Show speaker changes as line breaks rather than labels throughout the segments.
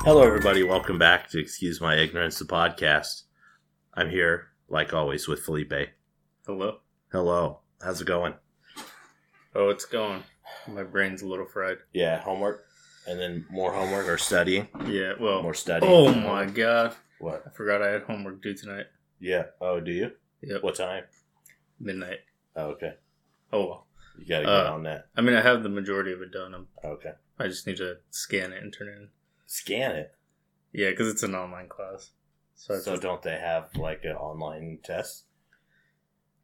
Hello, everybody. Welcome back to Excuse My Ignorance, the podcast. I'm here, like always, with Felipe.
Hello.
Hello. How's it going?
Oh, it's going. My brain's a little fried.
Yeah, homework, and then more homework or studying.
Yeah. Well.
More studying.
Oh my god!
What?
I forgot I had homework due tonight.
Yeah. Oh, do you?
Yep.
What time?
Midnight.
Oh, okay.
Oh well.
You gotta get
Uh,
on that.
I mean, I have the majority of it done. I'm,
Okay.
I just need to scan it and turn it in.
Scan it.
Yeah, because it's an online class.
So,
So, it's just,
don't they have like an online test?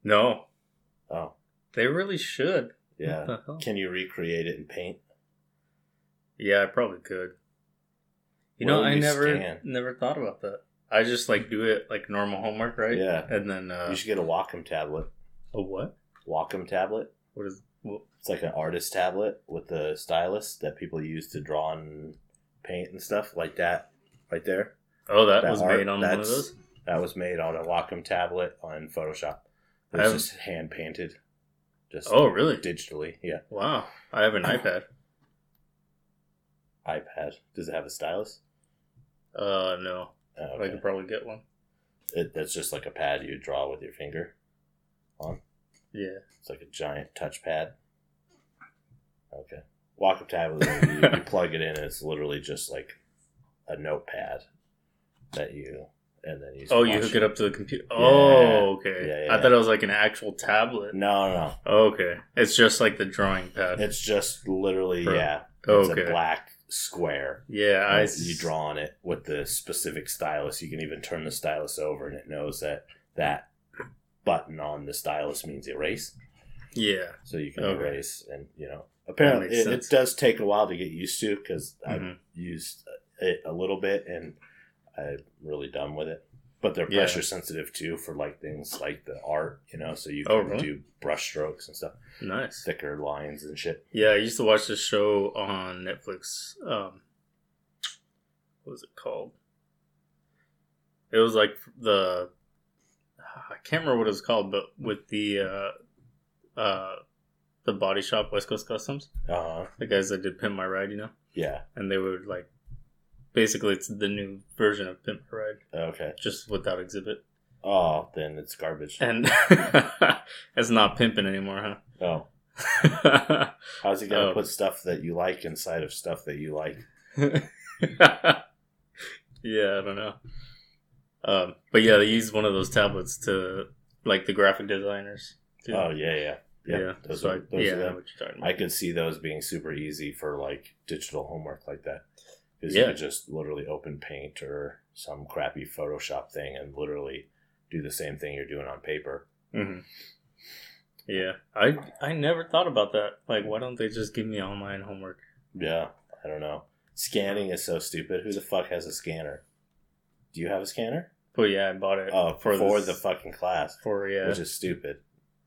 no,
Oh,
they really should. What
yeah.
the hell?
Can you recreate it in paint?
Yeah, I probably could.
Where
You know,
would
I
you
never
scan?
never thought about that. I just like do it like normal homework, right?
Yeah.
And then uh,
you should get a Wacom tablet.
a what?
Wacom tablet.
What is? Well,
It's like an artist tablet with a stylus that people use to draw and paint and stuff like that. Right there.
oh, that,
That
was
art,
made on one of
that's-
those.
That was made on a Wacom tablet on Photoshop. It was
I have-
just hand painted. Just
Oh, really?
digitally. Yeah.
Wow, I have an iPad.
iPad. Does it have a stylus?
Uh, no,
Oh,
but I
okay.
could probably get one.
It, that's just like a pad you draw with your finger.
Yeah,
It's like a giant touchpad. Okay. Wacom tablet. you, you plug it in, and it's literally just like a notepad that you and then you.
Oh, you
squash
hook it up to the computer.
Yeah.
Oh, okay.
Yeah, yeah,
I thought it was like an actual tablet.
No, no,
Okay, it's just like the drawing pad.
no. It's just literally
Pro-
yeah. It's
okay.
a black square.
yeah, I.
And You draw on it with the specific stylus. You can even turn the stylus over, and it knows that that button on the stylus means erase.
Yeah,
so you can
Okay.
erase and you know apparently
makes
it, Mm-hmm. it
sense.
does take a while to get used to because i've
Mhm.
used it a little bit and i'm really done with it but they're
Yeah.
pressure sensitive too for like things like the art you know so you can
Oh, really?
do brush strokes and stuff
nice.
thicker lines and shit
Yeah, I used to watch this show on Netflix. Um, what was it called? It was like the I can't remember what it was called, but with the uh, uh, the body shop West Coast Customs,
uh
the guys that did Pimp My Ride, you know,
yeah
and they would like basically it's the new version of Pimp My Ride,
okay
just without exhibit,
oh then it's garbage
and it's not pimping anymore,
oh
huh?
how's he gonna
Oh.
put stuff that you like inside of stuff that you like
yeah, I don't know. Um, but yeah, they used one of those tablets to like the graphic designers. too.
oh yeah yeah yeah, those
so
are,
I,
those
yeah,
are
I know
them.
what you're talking about.
I could see those being super easy for like digital homework like that. Because
Yeah.
you could just literally open paint or some crappy Photoshop thing and literally do the same thing you're doing on paper.
Mhm. Yeah, I I never thought about that. Like, why don't they just give me online homework?
Yeah. I don't know. Scanning is so stupid. Who the fuck has a scanner? Do you have a scanner?
But yeah, I bought it
Oh, for,
this-
the fucking class,
for yeah
which is stupid.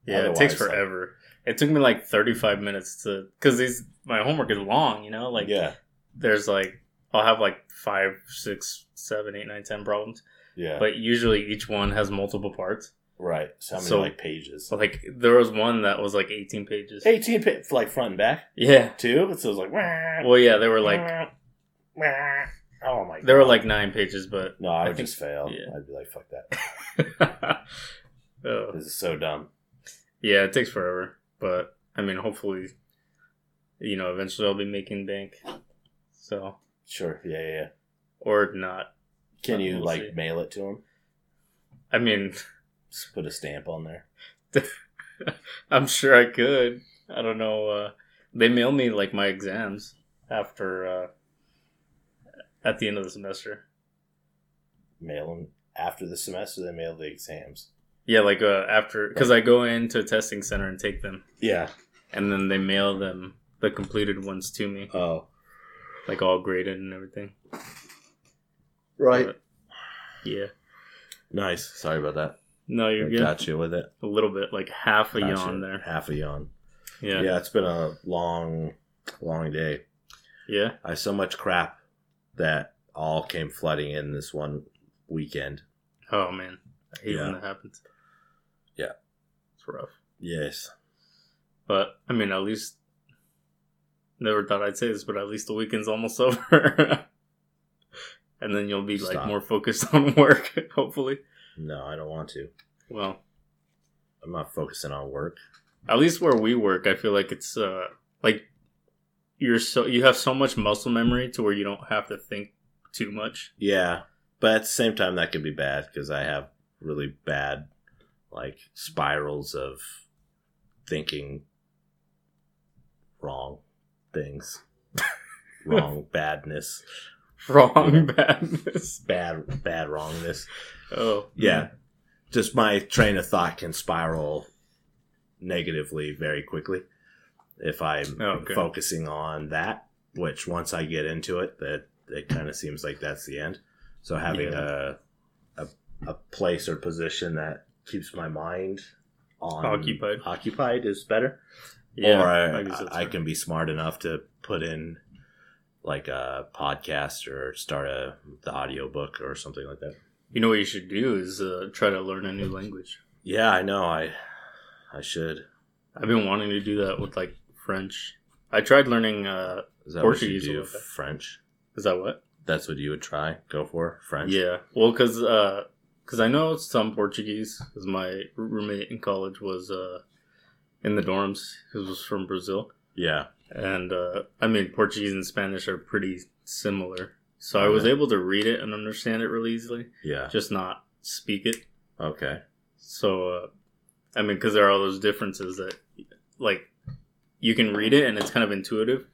yeah. It takes
otherwise, like-
forever. it took me like 35 minutes to because these my homework is long. You know, like
yeah,
there's like I'll have like five, six, seven, eight, nine, ten problems.
yeah,
but usually each one has multiple parts.
right. So how many
so-
like pages?
So like there was one that was like 18 pages.
Eighteen, pa- like front and back,
Yeah.
too. So it was like, wah,
Well, yeah, they were like
wah, wah. oh my,
there were
God.
like nine pages, but
No, I
I
would
think-
just fail.
yeah.
I'd be like, fuck that.
Oh.
This is so dumb.
yeah, it takes forever. But I mean, hopefully, you know, eventually I'll be making bank. So
Sure. Yeah, yeah. yeah.
or not.
Can you
We'll
like
see.
mail it to him?
I mean,
Just put a stamp on there.
I'm sure I could. I don't know. Uh, they mail me like my exams after uh, at the end of the semester.
Mail them after the semester. They mail the exams.
Yeah, like uh, after because I go into a testing center and take them,
Yeah.
and then they mail them the completed ones to me,
Oh,
like all graded and everything. But, yeah.
Nice. Sorry about that.
No, you're
I
good.
got you with it.
A little bit, like half a
Got
yawn
you.
there.
Half a yawn.
Yeah.
Yeah.
yeah,
it's been a long, long day. I have so much crap that all came flooding in this one weekend.
Oh man, I hate
Yeah.
when that happens.
Yeah.
it's rough.
Yes.
But I mean, at least never thought I'd say this, but at least the weekend's almost over. and then you'll be like
Stop.
more focused on work. Hopefully,
No, I don't want to.
well,
I'm not focusing on work.
at least where we work, I feel like it's uh like you're so you have so much muscle memory to where you don't have to think too much.
Yeah, but at the same time, that can be bad because I have really bad like spirals of thinking wrong things, wrong badness,
Wrong badness.
bad bad wrongness.
Oh
Yeah, just my train of thought can spiral negatively very quickly if I'm
Oh, okay.
focusing on that. Which once I get into it, that it kind of seems like that's the end. So having a, a a place or position that keeps my mind on
Occupied.
occupied is better
yeah.
or I,
I guess that's
I
right.
can be smart enough to put in like a podcast or start a the audiobook or something like that.
You know what you should do is uh, try to learn a new language.
Yeah, I know. I I should.
I've been wanting to do that with like French. I tried learning. uh
Is that
Portuguese
what you do?
will be-
French.
Is that what?
That's what you would try. Go for French.
Yeah. Well, because because I know some Portuguese. Because my roommate in college was uh in the dorms. He was from Brazil,
Yeah.
and uh I mean Portuguese and Spanish are pretty similar. So I was
Yeah.
able to read it and understand it really easily,
Yeah.
just not speak it.
Okay.
So, uh, I mean, because there are all those differences that, like, you can read it and it's kind of intuitive,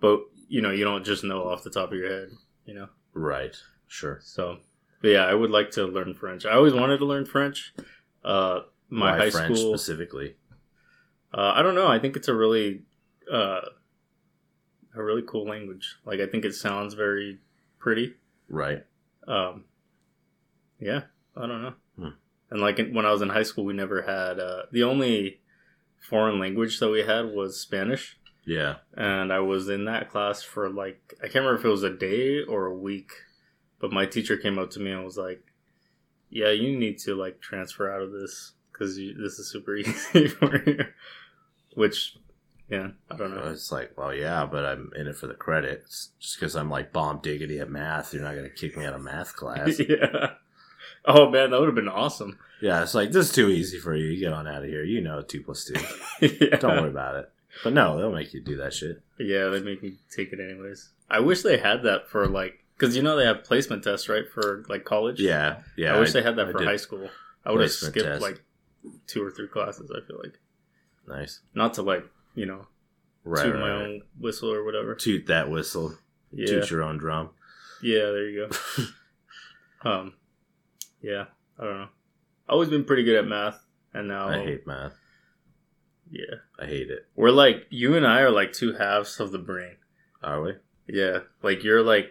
but you know, you don't just know off the top of your head, you know.
Right. Sure.
So, but yeah, I would like to learn French. I always wanted to learn French. Uh, my
Why
high
French
school.
specifically.
Uh, I don't know. I think it's a really, uh, a really cool language. Like, I think it sounds very pretty.
Right.
Um, yeah, I don't know.
Hmm.
And like in, when I was in high school, we never had uh, the only foreign language that we had was Spanish,
Yeah.
and I was in that class for like I can't remember if it was a day or a week, but my teacher came up to me and was like, "Yeah, you need to like transfer out of this because this is super easy for you." Which, yeah, I don't know.
It's like, well, yeah, but I'm in it for the credits. Just because I'm like bomb diggity at math, you're not gonna kick me out of math class.
yeah. Oh man, that would have been awesome.
yeah. It's like this is too easy for you. You get on out of here. You know, two plus two.
yeah.
Don't worry about it. But no, they'll make you do that shit.
Yeah, they make me take it anyways. I wish they had that for like, because you know they have placement tests, right, for like college.
Yeah, yeah.
I wish they had that
I
for
did
high school. I would have
placement
skipped
test.
like two or three classes. I feel like
nice.
not to like you know
Right,
toot
right,
my
right.
own whistle or whatever.
Toot that whistle.
Yeah,
Toot your own drum.
yeah. There you go. um, yeah. I don't know. I've always been pretty good at math, and now
I hate math.
yeah,
I hate it.
we're like you and I are like two halves of the brain.
Are we?
Yeah, like you're like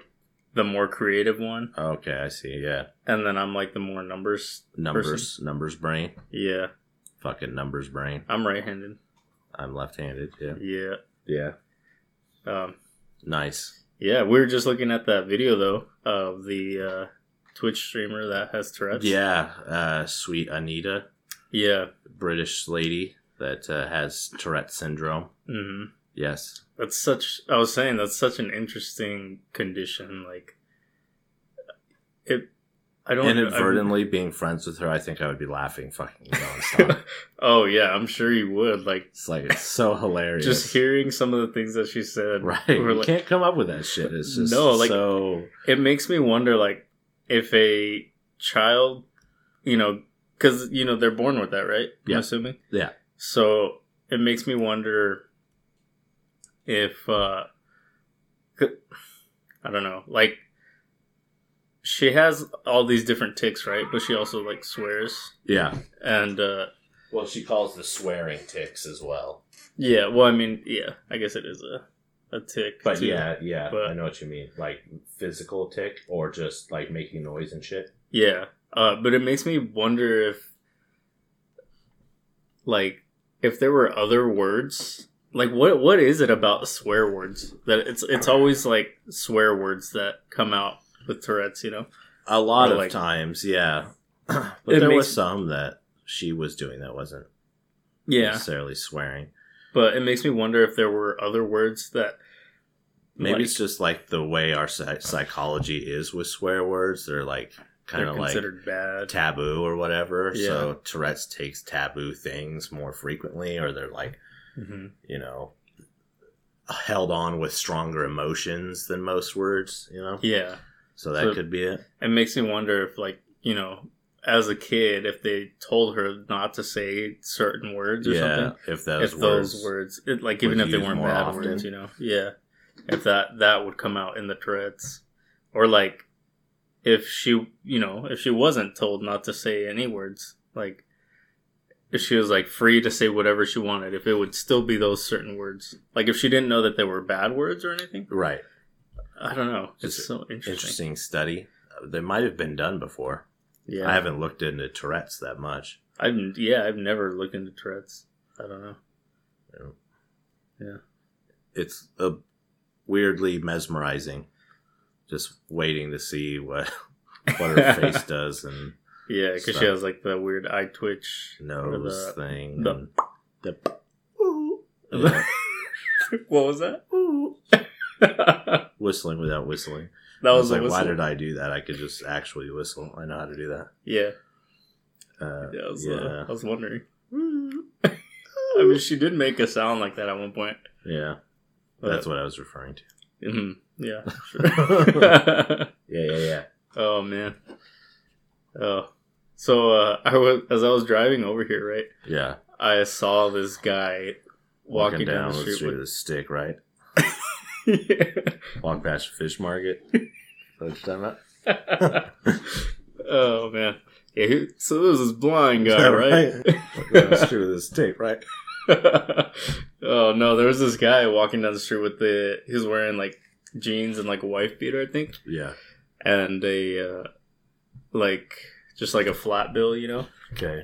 the more creative one,
Okay, I see. Yeah,
and then I'm like the more numbers
numbers, numbers brain.
Yeah,
Fucking numbers brain.
I'm right-handed.
I'm left-handed. Yeah.
Yeah,
Yeah.
um,
Nice.
yeah. We were just looking at that video though of the uh, Twitch streamer that has Tourette's.
yeah. Uh, sweet Anita,
yeah.
British lady that uh, has Tourette syndrome.
hmm
Yes.
That's such. I was saying that's such an interesting condition. Like, it. I don't
Inadvertently being friends with her, I think I would be laughing fucking nonstop.
I- oh yeah, I'm sure you would. Like,
it's like it's so hilarious.
just hearing some of the things that she said,
Right.
We're
you
like-
can't come up with that shit. It's just
No, like-
so
it makes me wonder like if a child you know because you know they're born with that right
Yeah.
i'm assuming
Yeah.
so it makes me wonder if uh c- i don't know like she has all these different ticks right but she also like swears
Yeah.
and uh
Well, she calls the swearing ticks as well.
yeah well i mean yeah i guess it is a a tick
But
too.
yeah, yeah,
But-
I know what you mean. Like physical tick or just like making noise and shit.
Yeah. Uh, but it makes me wonder if, like, if there were other words. Like, what what is it about swear words that it's it's always like swear words that come out with Tourette's? You know?
A lot
Or,
of
like-
times, yeah. but
It
there
makes-
was some that she was doing that wasn't
Yeah.
necessarily swearing.
But it makes me wonder if there were other words that
Maybe
Like-
it's just like the way our psy- psychology is with swear words. They're like kind
They're
of like
considered bad.
taboo or whatever.
Yeah.
So Tourette's takes taboo things more frequently, or they're like
hmm
you know held on with stronger emotions than most words. You know,
Yeah.
so that
So-
could be it.
It makes me wonder if, like, you know, as a kid, if they told her not to say certain words or
Yeah,
something,
if those
if
words,
those words, it, like,
were
even if they
used
weren't
more
bad
often.
words, you know, yeah, if that that would come out in the Tourette's, or like, if she, you know, if she wasn't told not to say any words, like, if she was like free to say whatever she wanted, if it would still be those certain words, like if she didn't know that they were bad words or anything,
right?
I don't know. It's,
It's
so interesting.
Interesting study. Uh, They might have been done before.
Yeah,
I haven't looked into Tourette's that much.
I've yeah, I've never looked into Tourette's. I don't know.
It's a weirdly mesmerizing. Just waiting to see what what her face does and
Yeah, because she
So-
has like the weird eye twitch. or
nose
the-
thing.
the-
and the- Yeah.
what was that? that
whistling without whistling. I
was
was
a
like, why
whistle.
did I do that? I could just actually whistle. I know how to do that.
Yeah,
Uh,
yeah. I was,
Yeah.
Uh, I was wondering. I mean, she did make a sound like that at one point.
yeah,
but-
that's what I was referring to.
Mhm, yeah. Sure.
Yeah, yeah, yeah.
oh man. Oh, so uh, I was as I was driving over here, right?
Yeah.
I saw this guy walking, down, the street,
with a stick, right?
with.
Walk past the fish market. That's done that.
oh man. Yeah, he- so this is blind guy, right?
Walk down the street with a stick, right?
oh no, there was this guy walking down the street with the he was wearing like jeans and like a wife beater, I think,
Yeah.
and a uh, like just like a flat bill, you know.
Okay.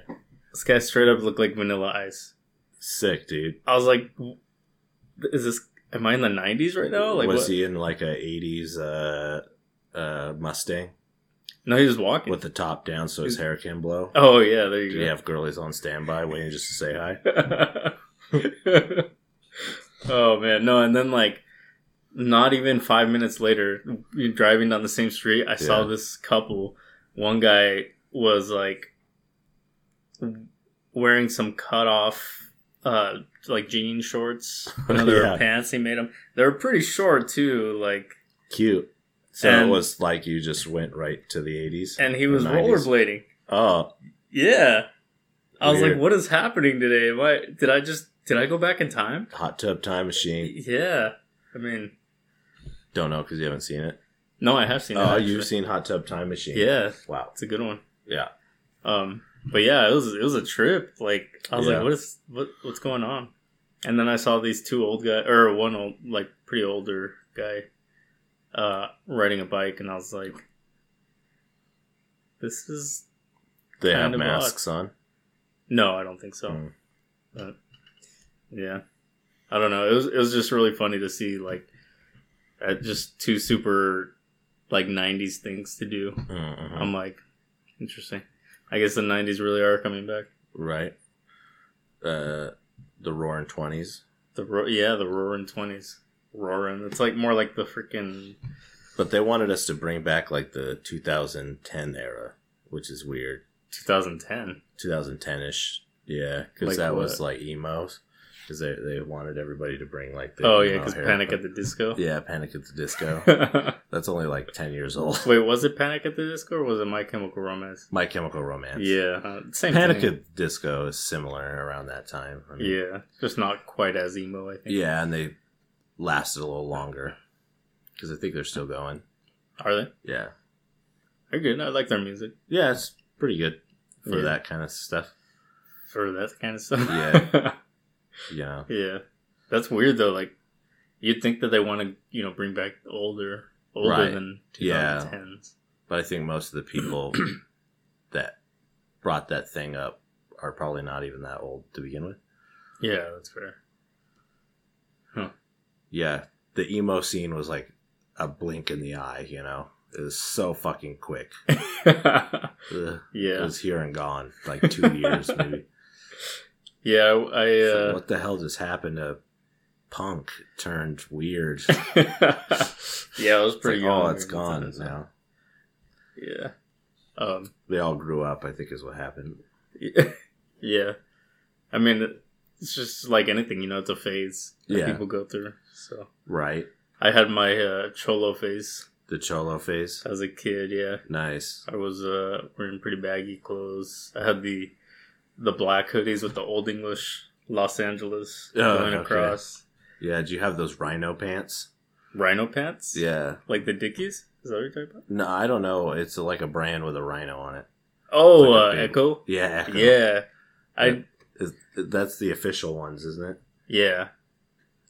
This guy straight up looked like Vanilla Ice.
Sick, dude.
I was like, w- is this? Am I in the '90s right now? Like,
was
what?
he in like a '80s uh, uh, Mustang
no, he was walking.
with the top down so his hair can blow?
oh yeah, there
Did
you
he
go.
have girlies on standby waiting just to say hi?
oh man, no, and then like not even five minutes later, you're driving down the same street, I saw
Yeah.
this couple. One guy was like wearing some cut off uh like jean shorts. Another
Yeah.
pants he made them. They were pretty short too, like
Cute. So
And-
it was like you just went right to the '80s.
and he was
90s.
rollerblading.
oh,
Yeah. I was
Weird.
like, what is happening today? Am I did I just did I go back in time?
hot tub time machine.
Yeah. I mean
Don't know because you haven't seen it.
No, I have seen
Oh,
that.
you've
actually.
seen Hot Tub Time Machine.
Yeah,
Wow.
it's a good one.
Yeah.
Um, but yeah, it was it was a trip. Like I was
Yeah.
like, what is what what's going on? And then I saw these two old guy or one old like pretty older guy uh riding a bike and I was like this is
They have
Kind of
masks on.
no, I don't think so.
Mm.
Yeah. I don't know. It was it was just really funny to see like uh, just two super like 90s things to do.
Mhm.
I'm like interesting. I guess the 90s really are coming back.
right. Uh, the roaring twenties,
The ro- yeah, the roaring twenties, roaring. It's like more like the freaking
but they wanted us to bring back like the 2010 era, which is weird.
2010.
2010 ish, yeah, because
Like
that was
what?
like emos, because they they wanted everybody to bring like the
oh yeah,
emo
because
hair,
Panic
but-
at the Disco.
yeah Panic at the Disco. That's only like 10 years old.
Wait, was it Panic at the Disco or was it My Chemical Romance?
My Chemical Romance.
Yeah, uh, same
Panic
thing.
at the Disco is similar around that time. I mean,
Yeah, just not quite as emo. I think.
Yeah, and they lasted a little longer because I think they're still going.
Are they?
Yeah,
They're good. I like their music
yeah, it's pretty good for
Yeah.
that kind of stuff.
for that kind of stuff.
Yeah. You know,
yeah. That's weird though. Like, you'd think that they want to, you know, bring back older, older
Right.
than
Yeah.
2010s.
but I think most of the people that brought that thing up are probably not even that old to begin with.
Yeah, that's fair.
Yeah, the emo scene was like a blink in the eye. You know, it was so fucking quick. Ugh. It
yeah.
was here and gone, like two years maybe.
Yeah, I
It's like,
uh,
what the hell just happened to punk turned weird.
uh, yeah, it
It's
was pretty.
like, oh,
young
it's
when we
gone
started that.
now.
Yeah. Um.
They all grew up, I think, is what happened.
Yeah. I mean, it's just like anything, you know. It's a phase that
Yeah.
people go through. So
Right.
I had my uh, cholo phase
The Cholo phase.
as a kid. Yeah,
Nice.
I was uh, wearing pretty baggy clothes. I had the the black hoodies with the old English Los Angeles
Oh,
going
okay.
across.
Yeah, do you have those rhino pants?
Rhino pants.
Yeah.
Like the Dickies? Is that what you're talking about?
No, I don't know. It's like a brand with a rhino on it.
Oh,
like a
uh,
big-
Echo.
Yeah. Echo.
Yeah, I
Is- That's the official ones, isn't it?
yeah,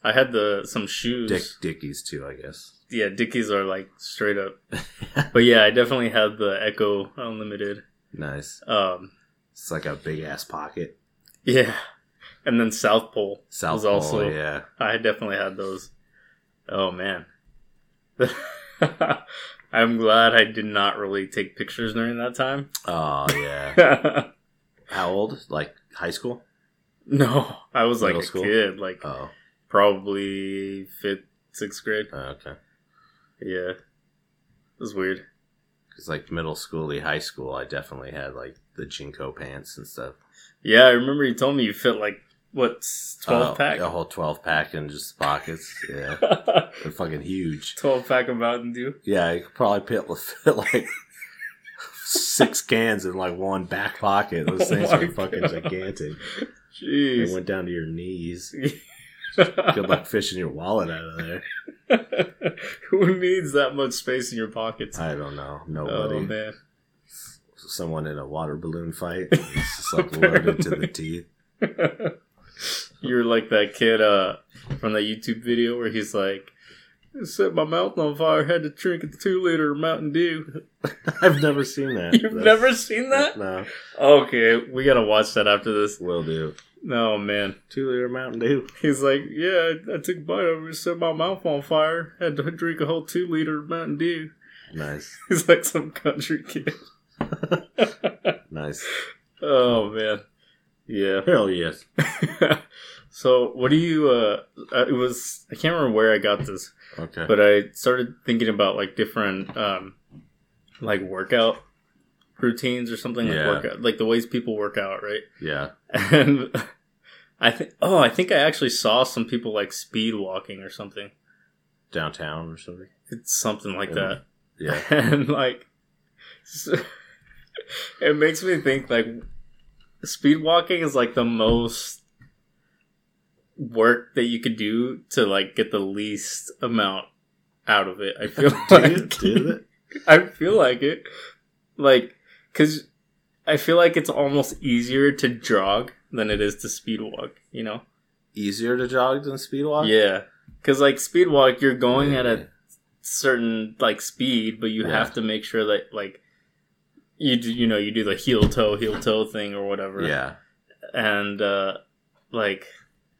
I had the some shoes.
Dick Dickies too, I guess.
Yeah, Dickies are like straight up. but yeah, I definitely had the Echo Unlimited.
Nice.
Um,
It's like a big ass pocket.
yeah, and then South Pole.
South
was
Pole,
also-
yeah.
I definitely had those. Oh man, I'm glad I did not really take pictures during that time.
Oh yeah. How old? Like high school?
no, I was like
Middle
a
school?
kid, like
Oh,
probably fifth, sixth grade.
okay.
Yeah. It was weird.
Because like middle school, to high school, I definitely had like the jinko pants and stuff.
Yeah, I remember you told me you fit like what s- twelve
Oh,
pack?
a whole twelve pack and just pockets. yeah, they're fucking huge.
twelve pack of Mountain Dew.
Yeah, I could probably fit, fit like six cans in like one back pocket. Those
Oh
things
my
are fucking
God.
gigantic. They
Jeez.
went down to your knees. Good luck fishing your wallet out of there.
Who needs that much space in your pockets?
I don't know.
oh
Nobody.
man.
Someone in a water balloon fight. It's just like loaded to the teeth.
You're like that kid uh from that YouTube video where he's like Set my mouth on fire. Had to drink a two liter Mountain Dew.
I've never seen that.
You've
That's-
never seen that?
No.
Okay, we gotta watch that after this.
Will do.
No man,
Two liter Mountain Dew.
He's like, yeah, I, I took a bite of it, set my mouth on fire, had to drink a whole two liter of Mountain Dew.
Nice.
He's like some country kid.
Nice.
oh man, yeah.
Hell yes.
so what do you? Uh, uh, it was I can't remember where I got this,
Okay.
but I started thinking about like different, um, like workout routines or something like
Yeah.
workout, like the ways people work out, right?
yeah.
And I think, oh, I think I actually saw some people like speed walking or something.
Downtown or something.
It's something like
Yeah.
that.
Yeah.
and like so- it makes me think like speed walking is like the most work that you could do to like get the least amount out of it i feel
Did
like
it? Did it?
i feel like it like because i feel like it's almost easier to jog than it is to speed walk you know
Easier to jog than speed walk?
yeah because like speed walk you're going at a
Yeah.
certain like speed, but you
Yeah.
have to make sure that like you do, you know you do the heel toe heel toe thing or whatever.
Yeah.
And uh, like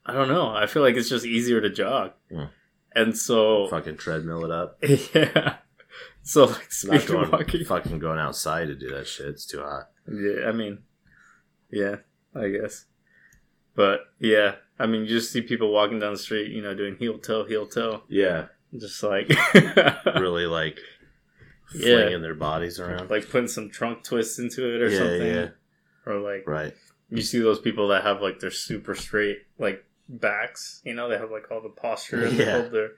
I don't know, I feel like it's just easier to jog.
Mm.
And so
Fucking treadmill it up.
yeah, so like
Not
speed
going
walking.
fucking going outside to do that shit. It's too hot.
Yeah, I mean, yeah, I guess. But yeah, I mean, you just see people walking down the street, you know, doing heel toe heel toe,
Yeah.
just like
Really like
Yeah.
flinging their bodies around.
like putting some trunk twists into it or
yeah,
something.
yeah.
or like
Right.
you see those people that have like their super straight like backs you know they have like all the posture and they
Yeah.
hold their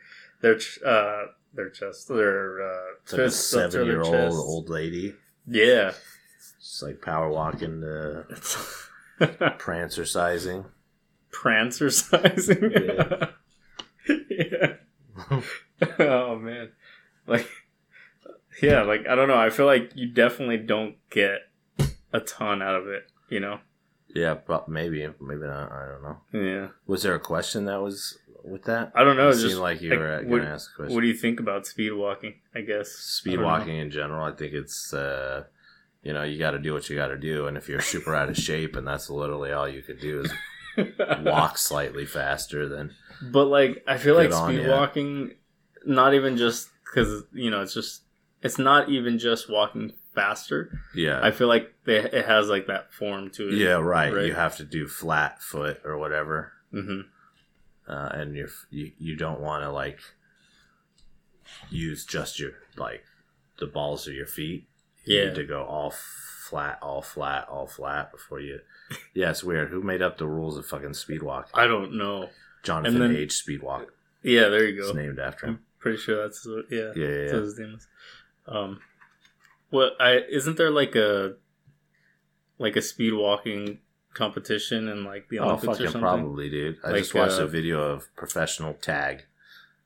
their ch- uh their chest their uh
It's like a
fists up to
seven
their
year old
chest.
old lady.
yeah
Just like power walking to prancer sizing.
prancer sizing
Yeah.
yeah oh man like yeah like i don't know i feel like you definitely don't get a ton out of it you know
yeah, but maybe. Maybe not. I don't know.
yeah
Was there a question that was with that?
i don't know
it
it's
seemed
just
like you
like,
were uh,
what-
going to ask a question.
what do you think about speed walking i guess I
Speed
don't know.
walking in general, I think it's, uh, you know, you got to do what you got to do. And if you're super out of shape and that's literally all you could do is walk slightly faster, then
But like, I feel
Good
like
on
speed
ya.
walking, not even just because you know, it's just it's not even just walking faster.
yeah.
I feel like they, it has like that form to it.
yeah, right.
right.
You have to do flat foot or whatever.
hmm
uh, and you're, you you don't want to like use just your like the balls of your feet. You
Yeah.
need to go all flat, all flat, all flat before you. Yeah, it's weird. Who made up the rules of fucking speedwalk?
I don't know.
Jonathan
and then-
H. Speedwalk.
Yeah, there you go.
It's named after him.
I'm pretty sure that's what, yeah.
Yeah, yeah,
That's
yeah.
what his name is. Um, what I isn't there like a like a speed walking competition in like the
Oh,
Olympics or
fucking
something?
probably, dude. I
Like,
just watched
uh,
a video of professional tag.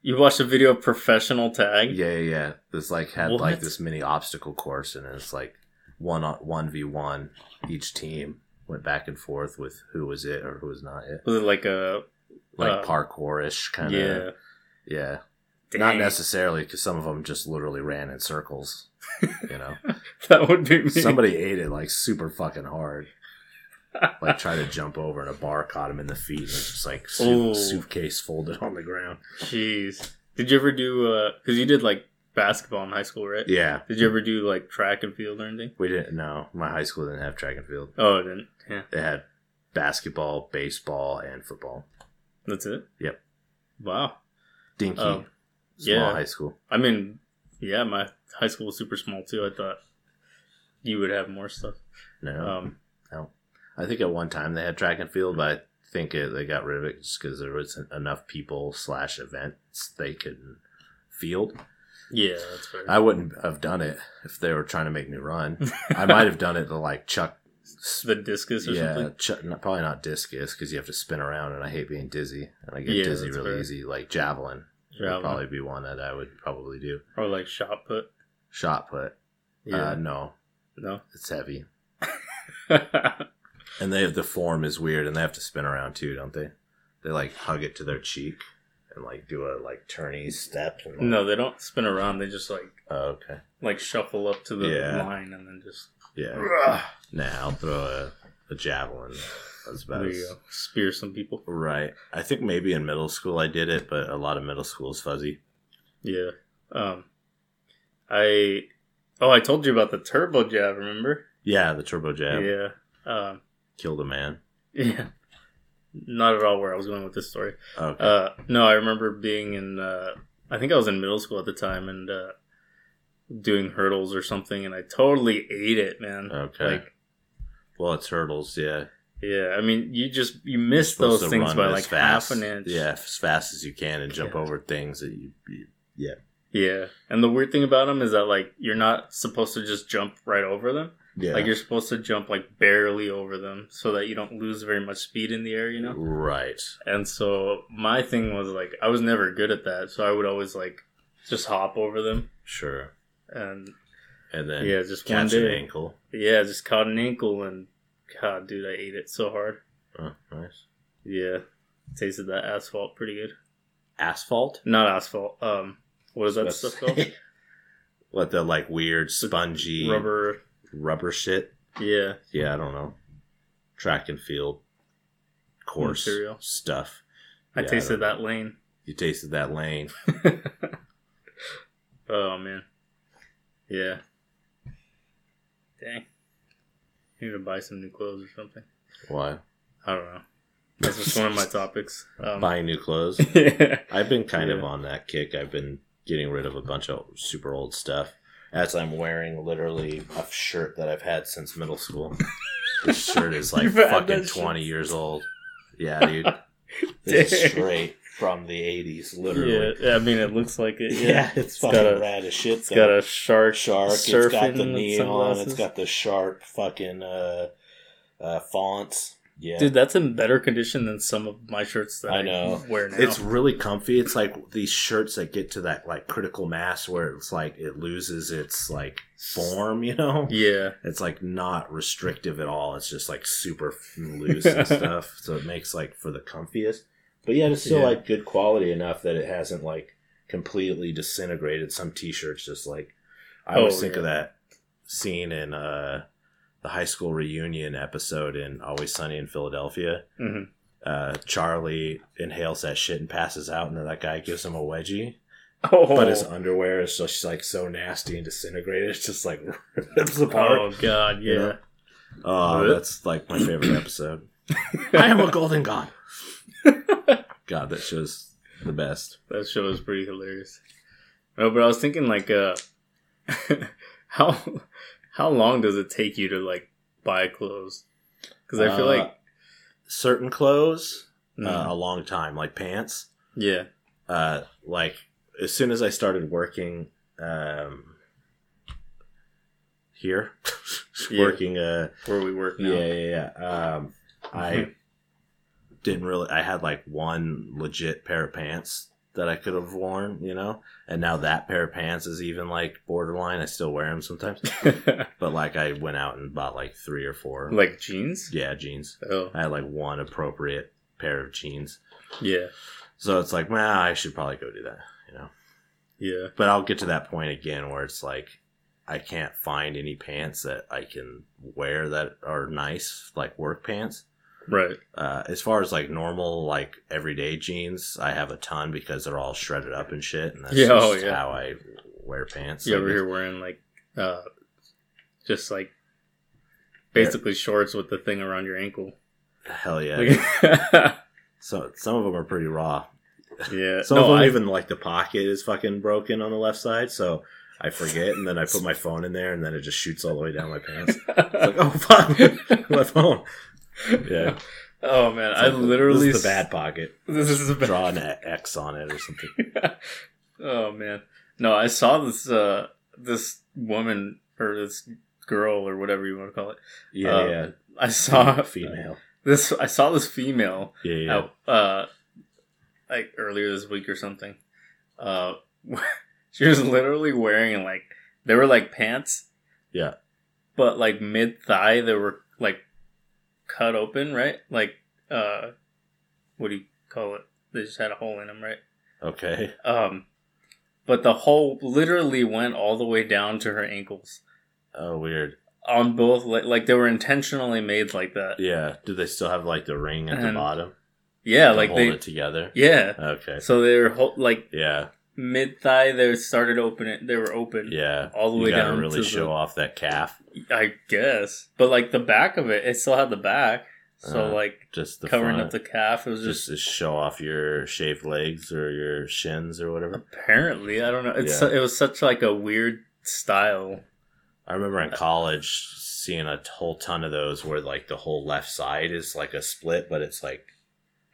You watched a video of professional tag.
Yeah, yeah, yeah. This like had like
What?
this mini obstacle course, and it's like one on one v one. Each team went back and forth with who was it or who was not it.
Was it like a Uh,
Like parkour ish kind of.
yeah?
yeah. Not
Dang.
necessarily, because some of them just literally ran in circles. You know,
That would be me.
somebody ate it like super fucking hard. Like tried to jump over, and a bar caught him in the feet, and it was just like su-
Ooh.
suitcase folded on the ground.
Jeez. Did you ever do? uh 'cause you did like basketball in high school, right?
Yeah,
Did you ever do like track and field or anything?
we didn't. No, my high school didn't have track and field.
Oh, I didn't. Yeah,
It had basketball, baseball, and football.
that's it.
Yep.
Wow.
Dinky,
Oh,
small
yeah.
high school.
I mean, yeah, my high school was super small too. I thought you would have more stuff.
No,
Um,
I think at one time they had track and field, but I think it, they got rid of it just because there wasn't enough people slash events they could field.
yeah, that's fair.
I wouldn't have done it if they were trying to make me run. I might have done it to like chuck.
the discus or
Yeah,
something.
chuck, not, probably not discus because you have to spin around, and I hate being dizzy, and I get
Yeah,
dizzy
that's
really
fair.
easy. Like javelin
Javelin.
would probably Uh, be one that I would probably do.
Or like shot put.
Shot put, uh, no,
no.
it's heavy, and they have the form is weird, and they have to spin around too, don't they? They like hug it to their cheek and like do a like turny step. And, like-
no, they don't spin around. They just like
oh, okay,
like shuffle up to the
Yeah.
line and then just.
yeah. Nah, I'll throw a, a javelin. That's about
There
as-
you go. Spear some people.
Right. I think maybe in middle school I did it, but a lot of middle school is fuzzy.
Yeah. Um, I. Oh, I told you about the turbo jab. Remember?
Yeah, the turbo jab
Yeah. Um,
killed a man.
yeah. Not at all where I was going with this story.
Okay.
Uh, no, I remember being in. Uh, I think I was in middle school at the time and uh, doing hurdles or something, and I totally ate it, man.
okay.
Like,
well, it's hurdles. Yeah.
yeah. I mean, you just you miss
Supposed
those
to
things
run
by
as
like
fast-
half an inch.
Yeah, as fast as you can and jump
Yeah.
over things that you. you
Yeah. And the weird thing about them is that like you're not supposed to just jump right over them.
yeah.
Like you're supposed to jump like barely over them so that you don't lose very much speed in the air, you know?
Right.
And so my thing was like I was never good at that, so I would always like just hop over them
Sure.
and
And then
yeah, just one
catch an
day.
ankle.
Yeah, just caught an ankle and god dude, I ate it so hard.
Oh, nice.
Yeah. Tasted that asphalt pretty good.
Asphalt.
Not asphalt. Um what is that stuff called?
what the like weird spongy rubber
Rubber.
rubber shit.
Yeah.
Yeah, I don't know. Track and field course
Material.
stuff.
I
Yeah, I
tasted
don't
that lane.
You tasted that lane.
oh man. Yeah. Dang. Need to buy some new clothes or something.
Why?
I don't know. That's just one of my topics. Um,
Buying new clothes.
yeah.
I've been kind of
Yeah.
on that kick. I've been getting rid of a bunch of super old stuff. As I'm wearing literally a shirt that I've had since middle school. This shirt is like
You've had
fucking
that shit
20 years old. Yeah, dude. This is
Dang.
straight from the 80s,
yeah.
literally.
I mean, it looks like it.
Yeah,
Yeah.
it's,
It's got
fucking
a-
rad as shit.
It's got
though.
a shark
shark. It's
Surfing
got the
and
neon. It's
sunglasses.
got the sharp fucking uh, uh, fonts. Yeah.
Dude, that's in better condition than some of my shirts that
I
I,
know.
wear now.
It's really comfy. It's like these shirts that get to that like critical mass where it's like it loses its like form, you know?
yeah,
It's like not restrictive at all. It's just like super loose and stuff. So it makes like for the comfiest. But yet it's still
Yeah.
like good quality enough that it hasn't like completely disintegrated. Some t shirts just like I
Oh,
always think of
yeah.
that scene in uh the high school reunion episode in Always Sunny in Philadelphia
hmm
uh, Charlie inhales that shit and passes out, and then that guy gives him a wedgie.
oh,
But his underwear is just like so nasty and disintegrated, it's just like rips apart.
oh god, yeah,
You know? Oh, that's like my favorite episode. I am a golden god. God, that show's the best.
That show was pretty hilarious. No, but I was thinking like, uh, how how long does it take you to like buy clothes? Because I feel
Uh,
like
Certain clothes, uh,
mm,
a long time, like pants.
yeah,
uh, like as soon as I started working um, here,
Yeah.
working, uh,
where we work now.
yeah, yeah, yeah. Um, I didn't really. I had like one legit pair of pants that I could have worn, you know, and now that pair of pants is even like borderline. I still wear them sometimes, but like I went out and bought like three or four,
like jeans.
yeah, jeans.
Oh
I had like one appropriate pair of jeans,
yeah,
so it's like, well, I should probably go do that, you know.
yeah,
but I'll get to that point again where it's like I can't find any pants that I can wear that are nice, like work pants.
right.
Uh, as far as like normal, like everyday jeans, I have a ton because they're all shredded up and shit, and that's
Yeah, oh,
just
yeah.
how I wear pants.
you
I
over
guess.
here wearing like, uh, just like basically shorts with the thing around your ankle.
Hell yeah!
Like-
so some of them are pretty raw.
yeah.
Some of
Uh, no,
them
I,
even like the pocket is fucking broken on the left side, so I forget, and then I put my phone in there, and then it just shoots all the way down my pants. It's like, oh fuck, my phone. Yeah.
oh man, I
It's like,
literally
this is the
s-
bad pocket.
This is the bad.
Draw an X on it or something.
oh man, no, I saw this uh this woman or this girl or whatever you want to call it.
Yeah,
Uh,
yeah.
I saw
female.
this. I saw this female
Yeah, yeah.
out, uh like earlier this week or something. Uh, she was literally wearing like they were like pants.
Yeah.
But like mid thigh, they were like cut open, right? Like uh, what do you call it? They just had a hole in them, right?
Okay.
Um, but the hole literally went all the way down to her ankles
Oh, weird.
on both. le- Like they were intentionally made like that.
Yeah. Do they still have like the ring at the
And-
bottom?
Yeah,
to
like
hold
they.
it together.
Yeah.
Okay.
So they were ho- like
Yeah,
mid thigh. They started open. They were open.
yeah.
All the
You
way
gotta
down
really
to
show
the,
off that calf.
I guess, but like the back of it, it still had the back. So
Uh,
like
Just the
covering
front.
up the calf, it was
just,
just,
to show off your shaved legs or your shins or whatever.
apparently I don't know. It's
Yeah.
su- it was such like a weird style.
I remember in college seeing a whole ton of those where like the whole left side is like a split, but it's like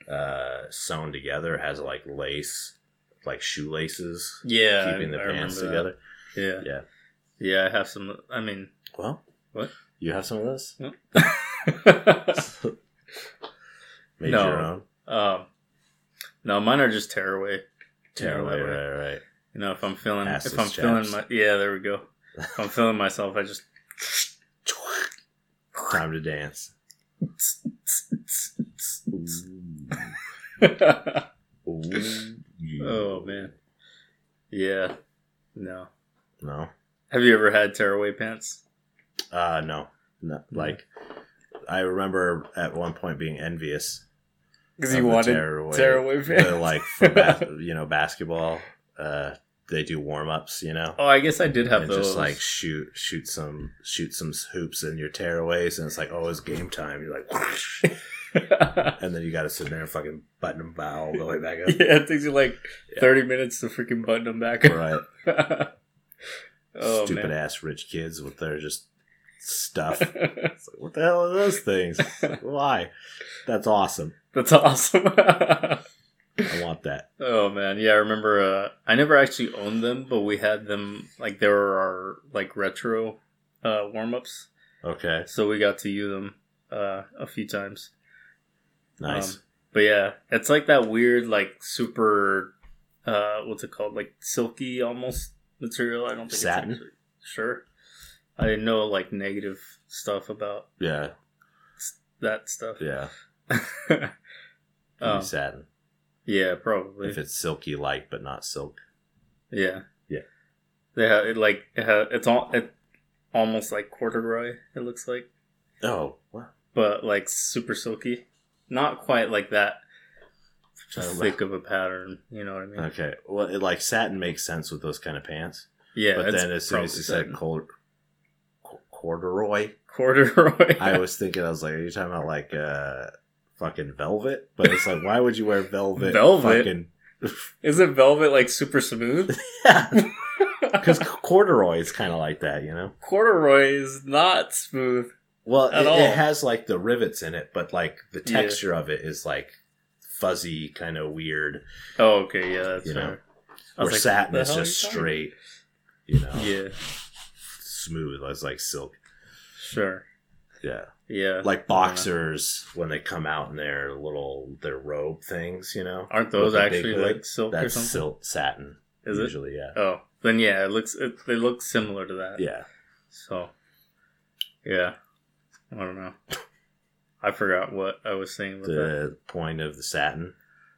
uh, sewn together, has like lace, like shoelaces,
Yeah,
keeping the
I
pants
remember
together.
that. Yeah,
Yeah.
yeah. I have some. I mean,
Well,
What?
you have some of those? Made
No.
your own.
Um, no, mine are just tearaway.
Tearaway,
Tearaway.
right, right.
You know, if I'm feeling,
Assless
if I'm
chaps.
feeling my, yeah, there we go. If I'm feeling myself, I just
Time to dance. Ooh. Ooh.
oh man, yeah, no.
No.
Have you ever had tearaway pants?
Uh no. No like I remember at one point being envious
Because
of
you
the
wanted
tearaway-
tearaway pants.
the, like for bas- you know basketball uh they do warm-ups you know
oh, I guess I did have
and
those.
just like shoot shoot some shoot some hoops in your tearaways and it's like oh it's game time you're like whoosh.
yeah,
and then you gotta sit there and fucking button them by all the way back up
it takes you like
Yeah.
thirty minutes to freaking button them back.
right
oh
stupid
man.
ass rich kids with their just stuff it's like what the hell are those things It's like, why that's awesome
That's awesome.
i want that
oh man, yeah, I remember. Uh, I never actually owned them, but we had them. Like they were our like retro uh, warm ups,
okay
so we got to use them uh, a few times.
nice
Um, but yeah, it's like that weird, like super, uh, what's it called? Like silky almost material. I don't think
Satin?
It's actually, sure. I didn't know like negative stuff about
yeah
that stuff.
yeah
Yeah,
Pretty
oh,
satin
yeah probably.
if it's silky like but not silk
yeah,
Yeah.
They have it like it ha it's all it almost like corduroy. It looks like,
oh what
but like super silky, not quite like that
Oh,
thick of a pattern. You know what I mean?
Okay. Well, it, like satin makes sense with those kind of pants.
yeah.
but
it's
then as soon as
probably
you
satin.
said col- co- corduroy,
corduroy.
I was thinking, I was like, are you talking about like uh, fucking velvet, but it's like, why would you wear velvet?
Velvet?
Fucking,
Is it velvet like super smooth?
because corduroy is kind of like that, you know.
Corduroy is not smooth.
Well,
At
it,
all.
it has like the rivets in it, but like the
Yeah.
texture of it is like fuzzy, kind of weird,
Oh, okay, yeah, that's
You know,
fair. I
or
was like,
satin
"The
is
hell are
just
you talking
straight, you know,
about?" Yeah,
smooth as like silk.
sure.
Yeah,
Yeah,
like boxers when they come out in their little their robe things, you know.
aren't those
with a big
actually
hood,
like silk or
That's
something?
silk satin.
Is it?
usually, yeah,
Oh, then yeah, it looks it, they look similar to that.
yeah.
So, yeah, I don't know. I forgot what I was saying with that.
The point of the satin.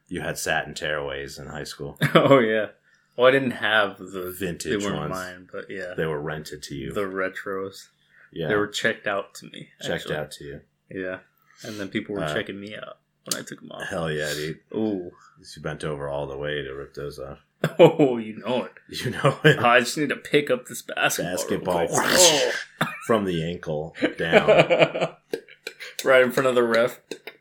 You had satin tearaways in high school.
Oh yeah. Well, I didn't have the
Vintage
They weren't
ones.
mine, but yeah,
They were rented to you.
the retros.
yeah,
They were checked out to me.
checked
actually.
out to you.
Yeah, and then people were
Uh,
checking me out when I took them off.
Hell yeah, dude.
Ooh.
You bent over all the way to rip those off.
Oh, you know it.
You know it.
I just need to pick up this basketball.
Basketball.
real quick. Oh.
From the ankle down.
right in front of the ref.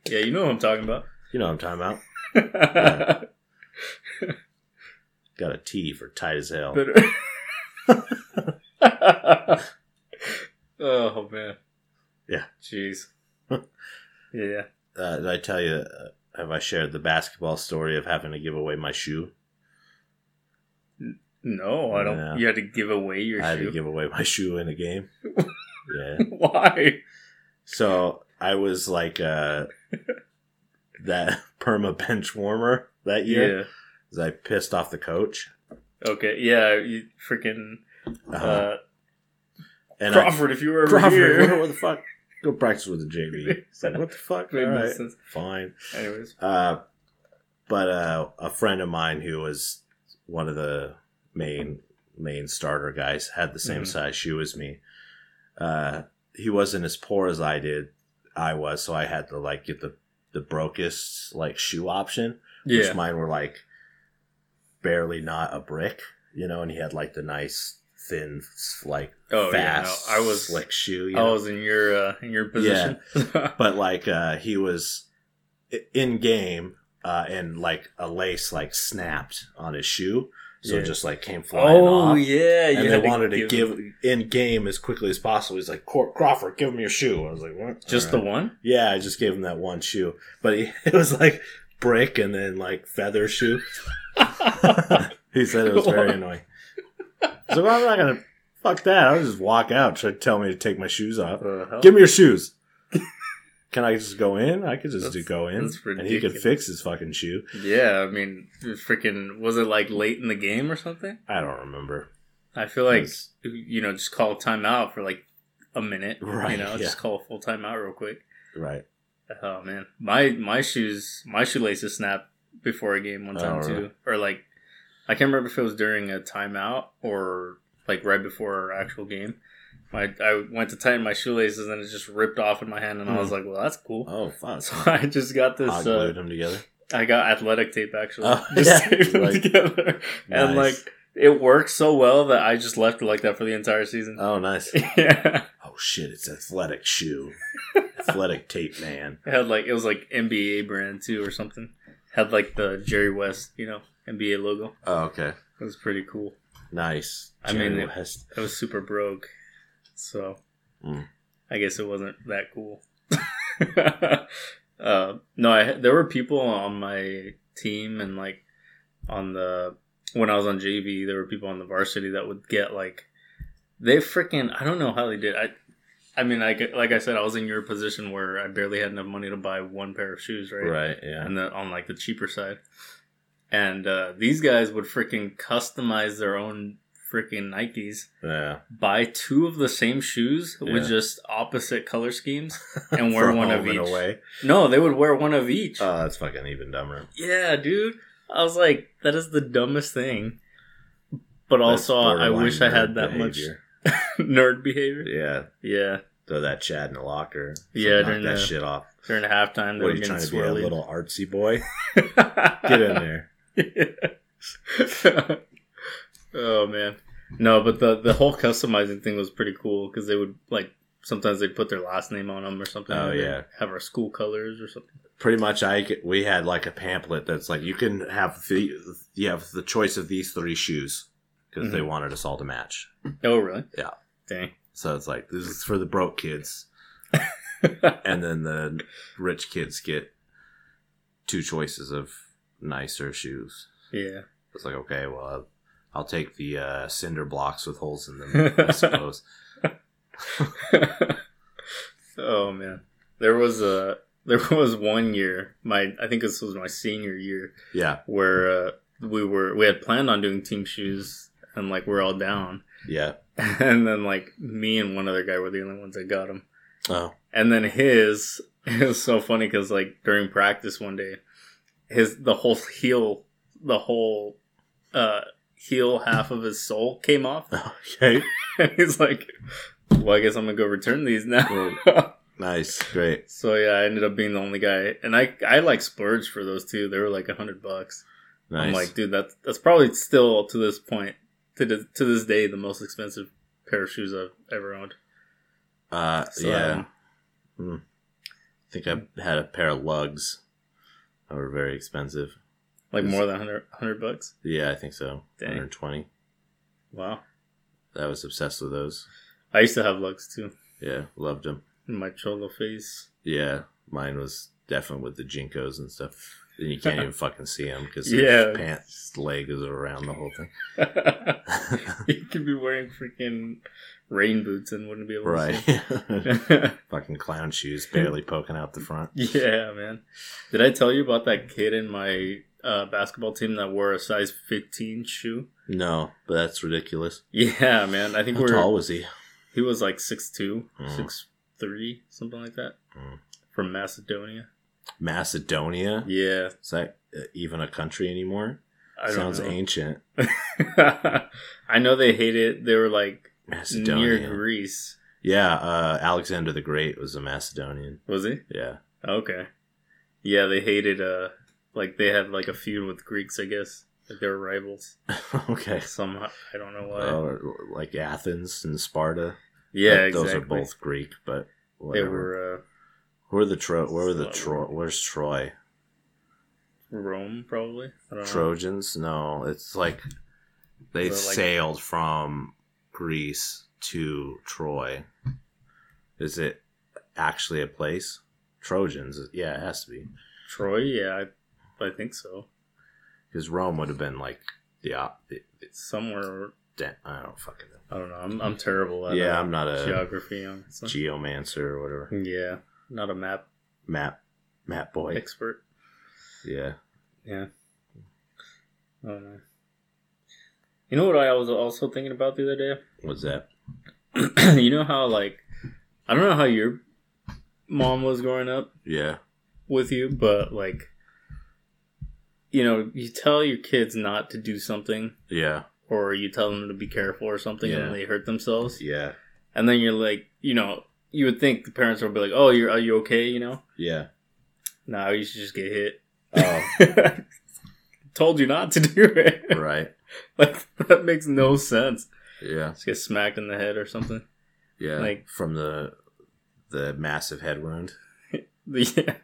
Yeah, you know what I'm talking about.
You know what I'm talking about. Yeah.
Better-
Got a T for tight as hell.
oh man.
Yeah.
Jeez. Yeah.
Uh, did I tell you, uh, have I shared the basketball story of having to give away my shoe?
No, I don't.
Yeah.
You had to give away your
I had
shoe.
to give away my shoe in a game. yeah.
Why?
So I was like uh, that perma bench warmer that year.
Yeah.
'cause I pissed off the coach.
Okay. Yeah. You freaking uh,
Uh-huh. and I-
Crawford. if you were ever
Crawford,
here.
what the fuck? Go practice with the JV. It's like, what the fuck?
Made
All
no
right.
sense.
Fine.
Anyways.
Uh, but uh, a friend of mine who was one of the main main starter guys had the same
Mhm.
size shoe as me. Uh, he wasn't as poor as I did. I was, so I had to like get the the brokest like shoe option.
Yeah.
Which mine were like barely not a brick, you know. And he had like the nice thin like
oh
fast
yeah. No, I was
slick shoe. You
I
know?
was in your uh, in your position.
but like uh he was i- in game uh and like a lace like snapped on his shoe so
Yeah.
it just like came flying
oh
off
yeah. you
and they
had
wanted to give, in game as quickly as possible he's like "Cor- crawford give him your shoe i was like what
just
All
the
right.
one.
yeah i just gave him that one shoe but he, it was like brick and then like feather shoe he said it was very annoying so i'm not gonna fuck that i'll just walk out try to tell me to take my shoes off
Oh.
Give me your shoes. Can I just go in? I could just
That's-
go in,
that's
and he could
ridiculous.
fix his fucking shoe.
Yeah, I mean, freaking, was it like late in the game or something?
I don't remember.
I feel like
Yes.
you know, just call a timeout for like a minute. You
Right,
know,
yeah.
just call a full timeout real quick.
Right?
Oh man, my my shoes, my shoelaces snapped before a game one time
Oh,
too,
really?
or like I can't remember if it was during a timeout or like right before our actual game. My I went to tighten my shoelaces and it just ripped off in my hand, and I was like, "Well, that's cool."
Oh fuck!
So I just got this.
I
Uh,
glued them together.
I got athletic tape actually,
Oh,
just
yeah.
taped them
Like-
together,
Nice.
and like it worked so well that I just left it like that for the entire season.
oh nice.
yeah,
Oh shit! It's athletic shoe, athletic tape man.
it had like it was like NBA brand too or something. Had like the Jerry West, you know, NBA logo.
Oh okay,
It was pretty cool.
nice.
I mean,
Jerry
it-
West.
I was super broke, so
Mm.
I guess it wasn't that cool. uh, no, I, there were people on my team and like on the when I was on JV, there were people on the varsity that would get like they freaking I don't know how they did. I I mean, like like I said, I was in your position where I barely had enough money to buy one pair of shoes, right?
right? Yeah.
and the, on like the cheaper side. And uh, these guys would freaking customize their own freaking Nikes,
Yeah.
buy two of the same shoes with
Yeah.
just opposite color schemes, and wear
For
one of
home and
each.
away.
No, they would wear one of each.
Oh, that's fucking even dumber.
yeah, dude. I was like, that is the dumbest thing. But
That's
also, I
borderline
wish I had
nerd
that
behavior.
much nerd behavior.
Yeah.
Yeah.
Throw that Chad in the locker.
Yeah,
Knock
during
that
the-
shit off.
During halftime,
What
they
are
were
you
getting
trying to be a
swirly.
little artsy boy? Get in there.
oh man, no, but the the whole customizing thing was pretty cool because they would like sometimes they put their last name on them or something.
Oh,
and they
yeah.
have our school colors or something.
pretty much I get- we had like a pamphlet that's like you can have the you have the choice of these three shoes because they
Mhm.
wanted us all to match.
Oh, really?
Yeah.
Dang.
So it's like this is for the broke kids, and then the rich kids get two choices of nicer shoes.
yeah.
It's like okay, well, I'll- I'll take the uh, cinder blocks with holes in them, I suppose.
oh man, there was a there was one year. My I think this was my senior year
yeah,
where uh, we were we had planned on doing team shoes and like we're all down,
yeah.
and then like me and one other guy were the only ones that got them.
Oh,
And then his it was so funny because like during practice one day, his the whole heel the whole uh heel half of his sole came off,
okay,
and he's like, "Well, I guess I'm gonna go return these now."
nice, great.
so yeah, I ended up being the only guy, and I I like splurged for those two. They were like a hundred bucks.
Nice.
I'm like, dude, that's that's probably still to this point to this, to this day the most expensive pair of shoes I've ever owned.
uh,
So,
yeah.
um,
I think I had a pair of lugs that were very expensive.
like more than 100, 100 bucks.
Yeah, I think so.
Dang.
120.
Wow.
I was obsessed with those.
I used to have lugs too.
Yeah, loved them.
in My cholo face.
Yeah, mine was definitely with the jinkos and stuff. And you can't even fucking see them because
Yeah.
pants leg is around the whole thing.
you could be wearing freaking rain boots and wouldn't be able
right.
to see.
fucking clown shoes barely poking out the front.
yeah, man. Did I tell you about that kid in my uh, basketball team that wore a size 15 shoe?
No, but that's ridiculous.
Yeah, man. I think
How
we're
tall was he?
He was like 6'2,
Mm.
6'3, something like that.
Mm.
From Macedonia.
Macedonia?
Yeah.
Is that uh, even a country anymore?
I
Sounds
don't know.
ancient.
I know they hate it. They were like
Macedonia.
near Greece.
Yeah, uh, Alexander the Great was a Macedonian.
Was he?
Yeah,
Okay. Yeah, they hated uh like they had like a feud with Greeks, I guess. Like they were rivals.
okay.
Somehow I don't know why.
Uh, like Athens and Sparta.
yeah,
Like,
exactly.
Those are both Greek, but
they
whatever.
were uh
Where the Tro? Where were the
Slightly.
Tro? Where's Troy?
Rome probably. I don't know.
Trojans? No, it's like they
So, like-
sailed from Greece to Troy. Is it actually a place? Trojans? Yeah, it has to be
Troy, yeah, I, I think so.
because Rome would have been like the op. The, the,
Somewhere
de- I don't fucking know.
I don't know. I'm I'm terrible at
Yeah,
uh,
I'm not a
geography honestly.
geomancer or whatever.
Yeah, not a map
Map, map boy.
expert.
Yeah.
I don't know. You know what I was also thinking about the other
What's that?
day? you know how like I don't know how your mom was growing up
Yeah.
with you, but like you know, you tell your kids not to do something
Yeah.
or you tell them to be careful or something
Yeah.
and they hurt themselves.
Yeah.
And then you're like, you know, you would think the parents would be like, "Oh, you're are you okay?" you know?
Yeah.
No, you should just get hit.
Oh,
Told you not to do it.
right.
Like that makes no sense.
Yeah.
Just get smacked in the head or something.
Yeah.
Like-
from the the massive head wound.
Yeah.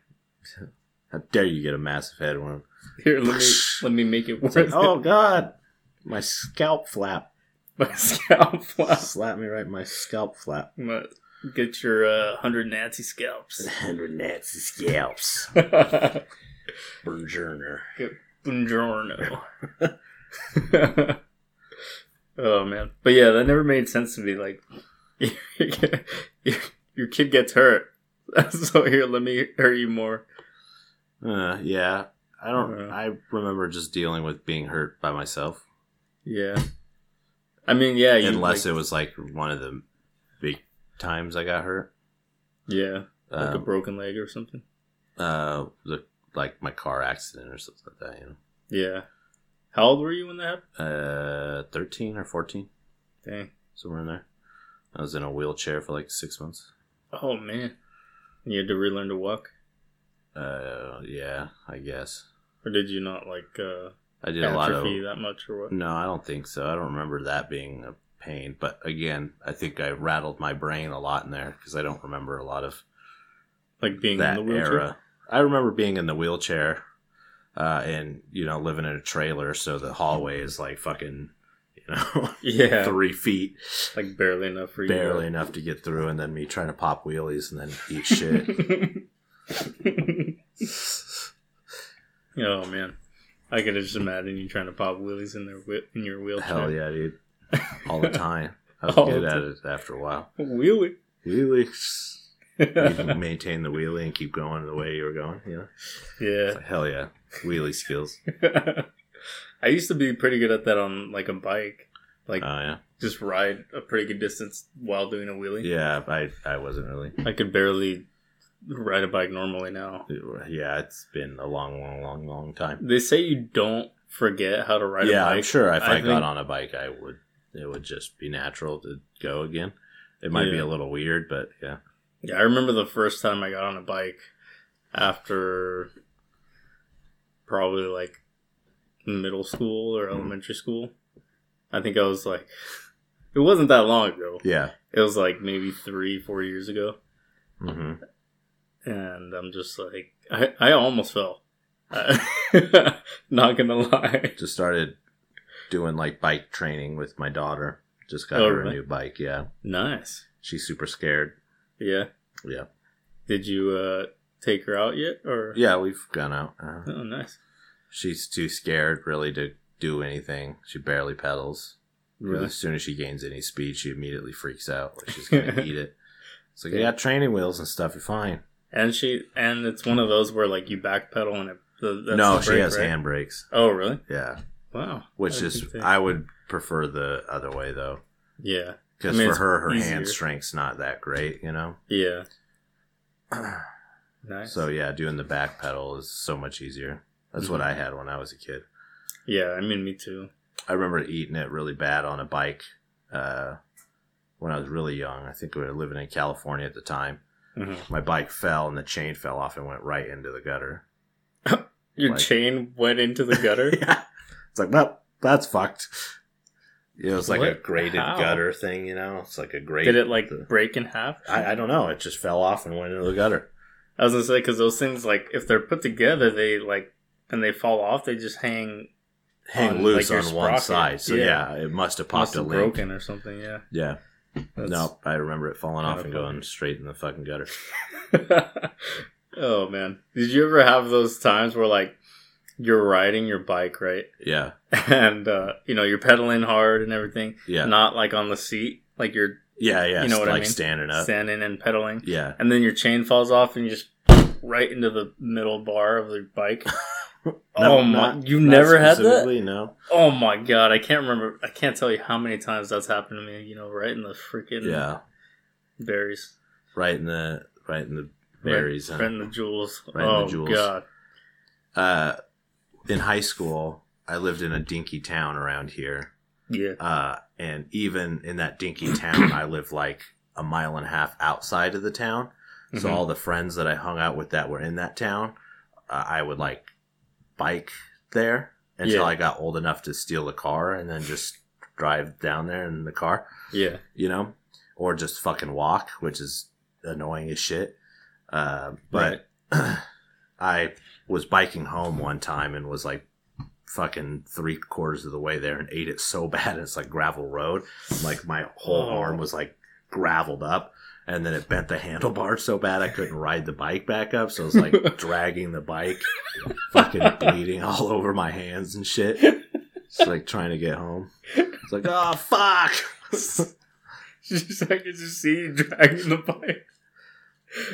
How dare you get a massive head wound?
Here, let me let me make it
It's
worth
like,
it.
oh God, my scalp flap.
my scalp flap.
Slap me right in my scalp flap.
I'm gonna Get your uh, hundred Nazi scalps.
Hundred Nazi scalps. Burgerner.
Buongiorno. oh man, but yeah, that never made sense to me. Like, your, your kid gets hurt, so here, let me hurt you more.
Uh, yeah. I don't.
Uh.
I remember just dealing with being hurt by myself,
Yeah, I mean, yeah, you,
unless
like,
it was like one of the big times I got hurt.
yeah, like a
Um,
broken leg or something.
uh, the like my car accident or something like that. You
Yeah, how old were you when that happened?
know, uh, thirteen or fourteen,
Dang.
somewhere in there. I was in a wheelchair for like six months.
Oh man, you had to relearn to walk,
Uh, yeah, I guess
or did you not like uh,
I did a lot of.
atrophy that much or what?
No, I don't think so. I don't remember that being a pain. But again, I think I rattled my brain a lot in there because I don't remember a lot of
Like being
that
in the wheelchair.
era. I remember being in the wheelchair uh, and, you know, living in a trailer. So the hallway is like fucking, you know,
Yeah.
three feet,
Like barely enough for you. to-
barely enough to get through. And then me trying to pop wheelies and then eat shit.
oh man. I could just imagine you trying to pop wheelies in their wheel in your wheelchair.
Hell yeah, dude. All the time. I was
All
good
the
at
time.
it after a while.
Wheelie.
Wheelies. you can maintain the wheelie and keep going the way you were going. You know,
yeah.
It's like, hell yeah, wheelie skills.
I used to be pretty good at that on like a bike.
Oh
Like
yeah,
just ride a pretty good distance while doing a wheelie.
yeah. I I wasn't really.
I could barely ride a bike normally now.
Yeah, it's been a long, long, long, long time.
They say you don't forget how to ride
yeah,
a bike.
I'm sure if
I
I, got
think-
on a bike, I would. It would just be natural to go again. It might be
Yeah.
a little weird, but yeah.
Yeah, I remember the first time I got on a bike after probably like middle school
Mm-hmm.
or elementary school. I think I was like, it wasn't that long ago.
Yeah.
It was like maybe three, four years ago.
hmm
And I'm just like, I, I almost fell. I- Not gonna lie.
Just started doing like bike training with my daughter. Just got
Oh,
her
really?
a new bike. Yeah,
Nice.
she's super scared.
Yeah.
Yeah.
Did you uh, take her out yet? Or
Yeah, we've gone out. Uh,
Oh, nice.
She's too scared really to do anything. She barely pedals. 'Cause
Really?
As soon as she gains any speed, she immediately freaks out. Like she's gonna eat it. It's like you got training wheels and stuff. You're fine.
And she and it's one of those where like you backpedal and it. The, that's
no,
the
she
brake,
has
right?
handbrakes.
Oh, really?
Yeah,
Wow.
which
I
is
think they-
I would prefer the other way though,
yeah,
because
I mean,
for
it's
her, her
easier.
hand strength's not that great. You know.
yeah, nice.
So yeah, doing the back pedal is so much easier. That's what
Mhm.
I had when I was a kid.
yeah, I mean, me too.
I remember eating it really bad on a bike uh, when I was really young. I think we were living in California at the time.
Mhm.
My bike fell and the chain fell off and went right into the gutter.
Your
Like-
chain went into the gutter.
yeah. It's like, well, that's fucked. It was like a
What?
graded
How?
gutter thing, you know? It's like a grate.
Did it like
the-
break in half?
I, I don't know. It just fell off and went into the gutter.
I was gonna say because those things like if they're put together, they like and they fall off. They just hang.
Hang
On,
loose
like, your
on one
sprocket.
side. So yeah,
Yeah.
it must have
Must
popped a
have
link.
broken or something. Yeah.
Yeah.
That's-
no, I remember it falling off
kinda
and
funny.
going straight in the fucking gutter.
oh man, did you ever have those times where like you're riding your bike right,
Yeah.
and uh, you know you're pedaling hard and everything,
Yeah.
not like on the seat, like you're
yeah, yeah.
you know what I
like
mean?
standing up.
standing and pedaling.
yeah.
and then your chain falls off and you just right into the middle bar of the bike.
No,
oh my!
not-
you
not
never had that?
specifically, No.
Oh my god! I can't remember. I can't tell you how many times that's happened to me. You know, right in the freaking
Yeah,
berries,
right in the right in the berries.
right,
huh?
right in the jewels.
Right in the
oh
jewels.
god!
Uh, in high school, I lived in a dinky town around here,
Yeah,
uh, and even in that dinky town, I lived like a mile and a half outside of the town. So
Mhm.
all the friends that I hung out with that were in that town, uh, I would like bike there until
Yeah.
I got old enough to steal a car and then just drive down there in the car.
Mm-hmm. yeah,
you know, or just fucking walk, which is annoying as shit. Uh, but I was biking home one time and was like fucking three quarters of the way there and ate it so bad. It's like gravel road. Like my whole
Oh.
arm was like graveled up. And then it bent the handlebar so bad I couldn't ride the bike back up. So it was like dragging the bike, fucking bleeding all over my hands and shit. It's like trying to get home. It's like, oh, fuck.
just I could just see you dragging the bike.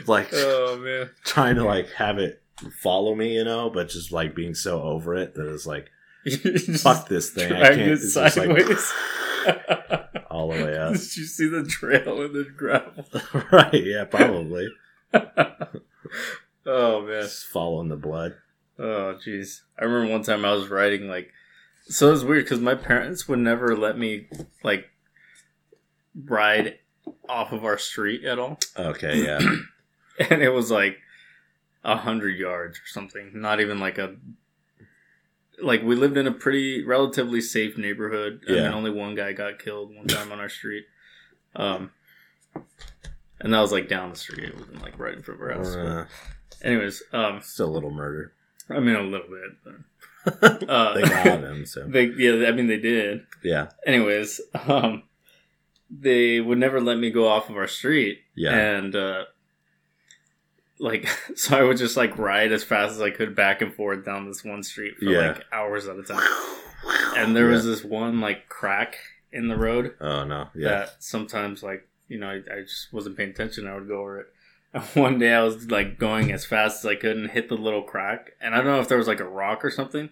Like,
Oh man!
trying to like have it follow me, you know, but just like being so over it that it's like
You just
fuck this thing. I
dragged
can't.
it
It's just like Oh,
sideways.
all the way up.
Did you see the trail in the gravel?
right? Yeah, probably.
Oh man.
Just following the blood.
Oh jeez. I remember one time I was riding like so it was weird cuz my parents would never let me like ride off of our street at all.
Okay. Yeah.
And it was like a hundred yards or something. Not even like a like we lived in a pretty relatively safe neighborhood. I
Yeah.
mean, only one guy got killed one time on our street, um, and that was like down the street. It wasn't like right in front of our house.
Uh,
But anyways, um,
still a little murder.
I mean a little bit. But, uh,
They got him, so
they yeah, I mean they did.
yeah,
Anyways, um, they would never let me go off of our street.
yeah.
And uh like so I would just like ride as fast as I could back and forth down this one street for
Yeah.
like hours at a time. And there was this one like crack in the road
Yeah. oh no, yeah,
that sometimes like, you know, I, I just wasn't paying attention, I would go over it. And one day I was like going as fast as I could and hit the little crack. And I don't know if there was like a rock or something.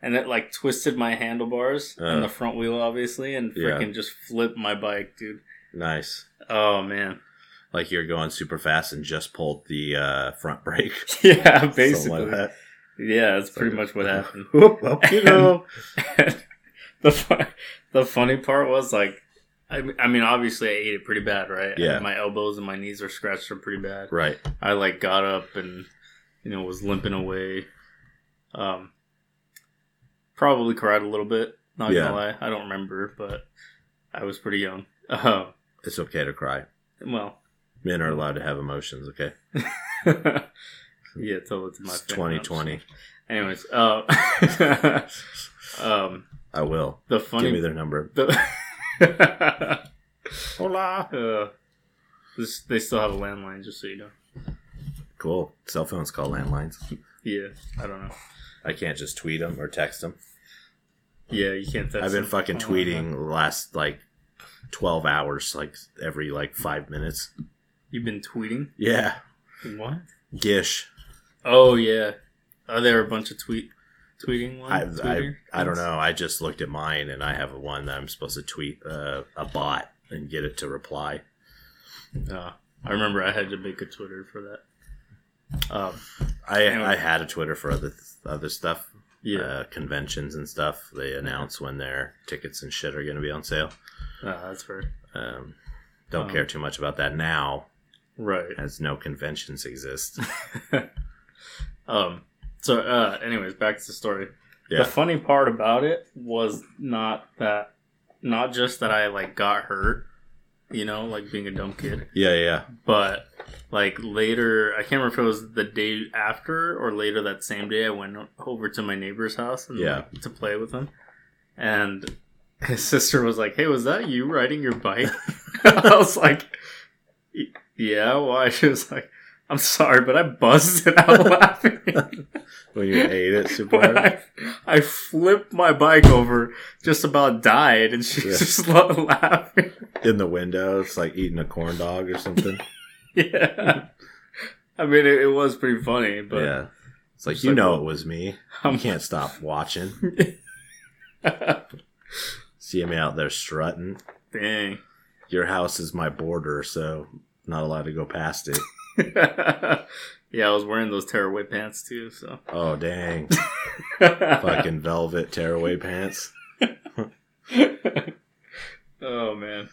And it like twisted my handlebars
Uh.
and the front wheel obviously and
Yeah.
freaking just flipped my bike, dude.
nice.
Oh man.
Like you're going super fast and just pulled the uh, front brake.
yeah,
Something like
basically.
that.
Yeah, that's
So-
pretty much what happened.
Whoop, up you
And-
go.
the fu- the funny part was like, I, m- I mean, obviously I ate it pretty bad, right?
Yeah.
My elbows and my knees were scratched up pretty bad.
Right.
I like got up and you know was limping away. Um, probably cried a little bit. Not
Yeah.
gonna lie, I don't remember, but I was pretty young. Uh,
It's okay to cry.
well,
Men are allowed to have emotions. Okay.
yeah, tell it to my
It's
family.
2020.
Anyways, uh, um,
I will
the funny
give me their number.
The
Hola.
uh, this, they still have a landline, just so you know.
Cool. Cell phones call landlines.
Yeah, I don't know.
I can't just tweet them or text them.
Yeah, you can't. text
I've been
them.
fucking
Oh,
tweeting the last like 12 hours, like every like five minutes.
You've been tweeting
Yeah.
what?
Gish.
Oh yeah, are there a bunch of tweet tweeting
I,
ones?
I,
Twitter
I don't
things?
know. I just looked at mine and I have one that I'm supposed to tweet uh, a bot and get it to reply.
Uh, I remember I had to make a Twitter for that. Um,
I,
Anyway.
I had a Twitter for other, other stuff,
yeah,
uh, conventions and stuff. They announce when their tickets and shit are going to be on sale.
uh, that's fair.
Um, don't
Um,
care too much about that now,
Right.
as no conventions exist.
Um. So, uh, anyways, back to the story.
Yeah.
The funny part about it was not that, not just that I like got hurt, you know, like being a dumb kid,
yeah, yeah,
but like later, I can't remember if it was the day after or later that same day. I went over to my neighbor's house and
Yeah.
like, to play with him, and his sister was like, "Hey, was that you riding your bike?" I was like, "Y- "Yeah." Why? She was like, "I'm sorry, but I busted out laughing."
When you ate it super
when
hard.
I, I flipped my bike over, just about died, and she's
Yeah.
just lo- laughing.
in the window, it's like eating a corn dog or something.
yeah. I mean, it, it was pretty funny,
But
but
yeah, it's like
It's
you
like,
know
well-
it was me. You
I'm,
can't stop watching. See me out there strutting.
dang.
Your house is my border, so not allowed to go past it.
yeah, I was wearing those tearaway pants too, so.
Oh dang,
Fucking.
fucking velvet tearaway pants.
oh man.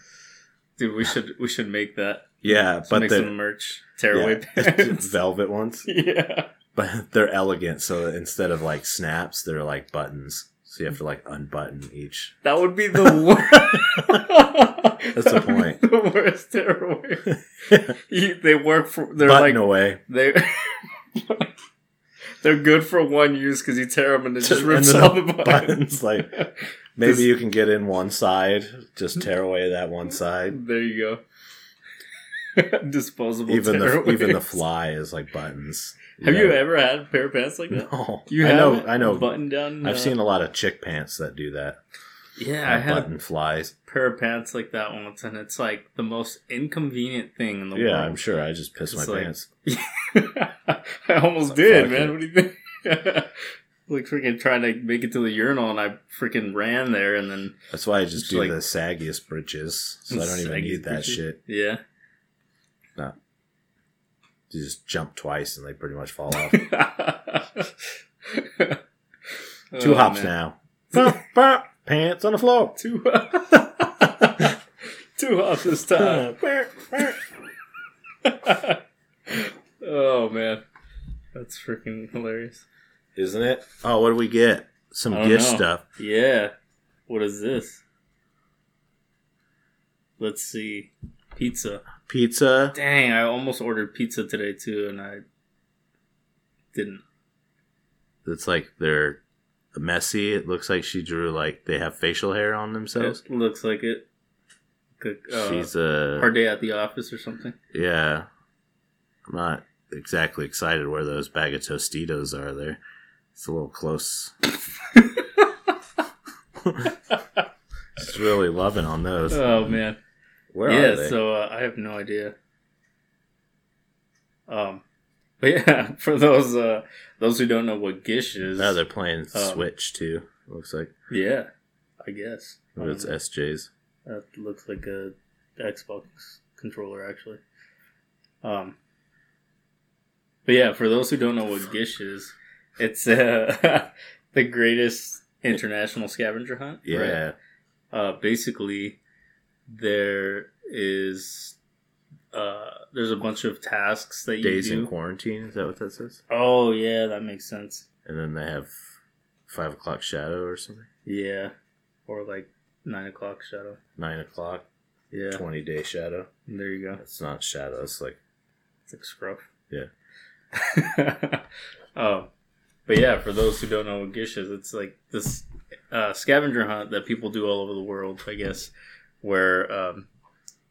Dude, we should we should make that.
Yeah,
But
but
make
the
some merch
yeah,
tearaway pants.
velvet ones,
yeah.
but they're elegant. So instead of like snaps, they're like buttons. So you have to like unbutton each.
That would be the worst.
That's the point.
The worst tearaway. You- they work for. They're
Button
like
away.
they. they're good for one use because you tear them and it just
Just-
rips
and then
out the
the buttons,
buttons.
like,
This-
Maybe you can get in one side, just tear away that one side.
there you go. Disposable.
Even the
tearaways.
even the fly is like buttons.
Have you
know?
ever had a pair of pants like that?
No,
You
I
have
know.
it?
I know.
Button down.
I've
uh,
seen a lot of chick pants that do that.
Yeah, I
Have
had a
button flies.
pair of pants like that once, and it's like the most inconvenient thing in the
Yeah,
world.
I'm sure. I just pissed my
It's like-
pants.
I almost
Oh,
did,
fuck
man.
it.
What do you think? like freaking trying to make it to the urinal, and I freaking ran there, and then
That's why I just
It's
do
like-
the saggiest britches. So I don't even
Saggy
need that
britches.
shit.
yeah,
You just jump twice and they pretty much fall off. Two
Oh,
hops
man.
now. Bop, bop, pants on the floor.
Two, two hops this time. oh man, that's freaking hilarious.
Isn't it? Oh, what do we get? some
I don't
gift
know.
stuff.
Yeah. What is this? Let's see. Pizza.
Pizza.
Dang, I almost ordered pizza today too, and I didn't.
It's like they're messy. It looks like she drew like they have facial hair on themselves.
It looks like it. Good, uh,
She's a
hard day at the office or something.
yeah. I'm not exactly excited where those bag of Tostitos are. There, it's a little close. She's really loving on those.
Oh man.
Where are
yeah.
they?
So uh, I have no idea. Um, but yeah, for those uh those who don't know what Gish is,
no, they're playing
um,
Switch too. Looks like
yeah, I guess
But it's
Um,
SJ's.
That looks like a Xbox controller, actually. Um, but yeah, for those who don't know what Gish is, it's uh, the greatest international scavenger hunt.
Yeah,
right? Uh, basically, there is uh, there's a bunch of tasks that you
days
do.
in quarantine. Is that what that says?
oh yeah, that makes sense.
And then they have five o'clock shadow or something.
Yeah, or like nine o'clock shadow.
Nine o'clock,
Yeah,
twenty day shadow.
there you go.
It's not shadow. It's like
It's like scruff.
Yeah.
um, but yeah, for those who don't know what Gish is, it's like this uh, scavenger hunt that people do all over the world, I guess, where um,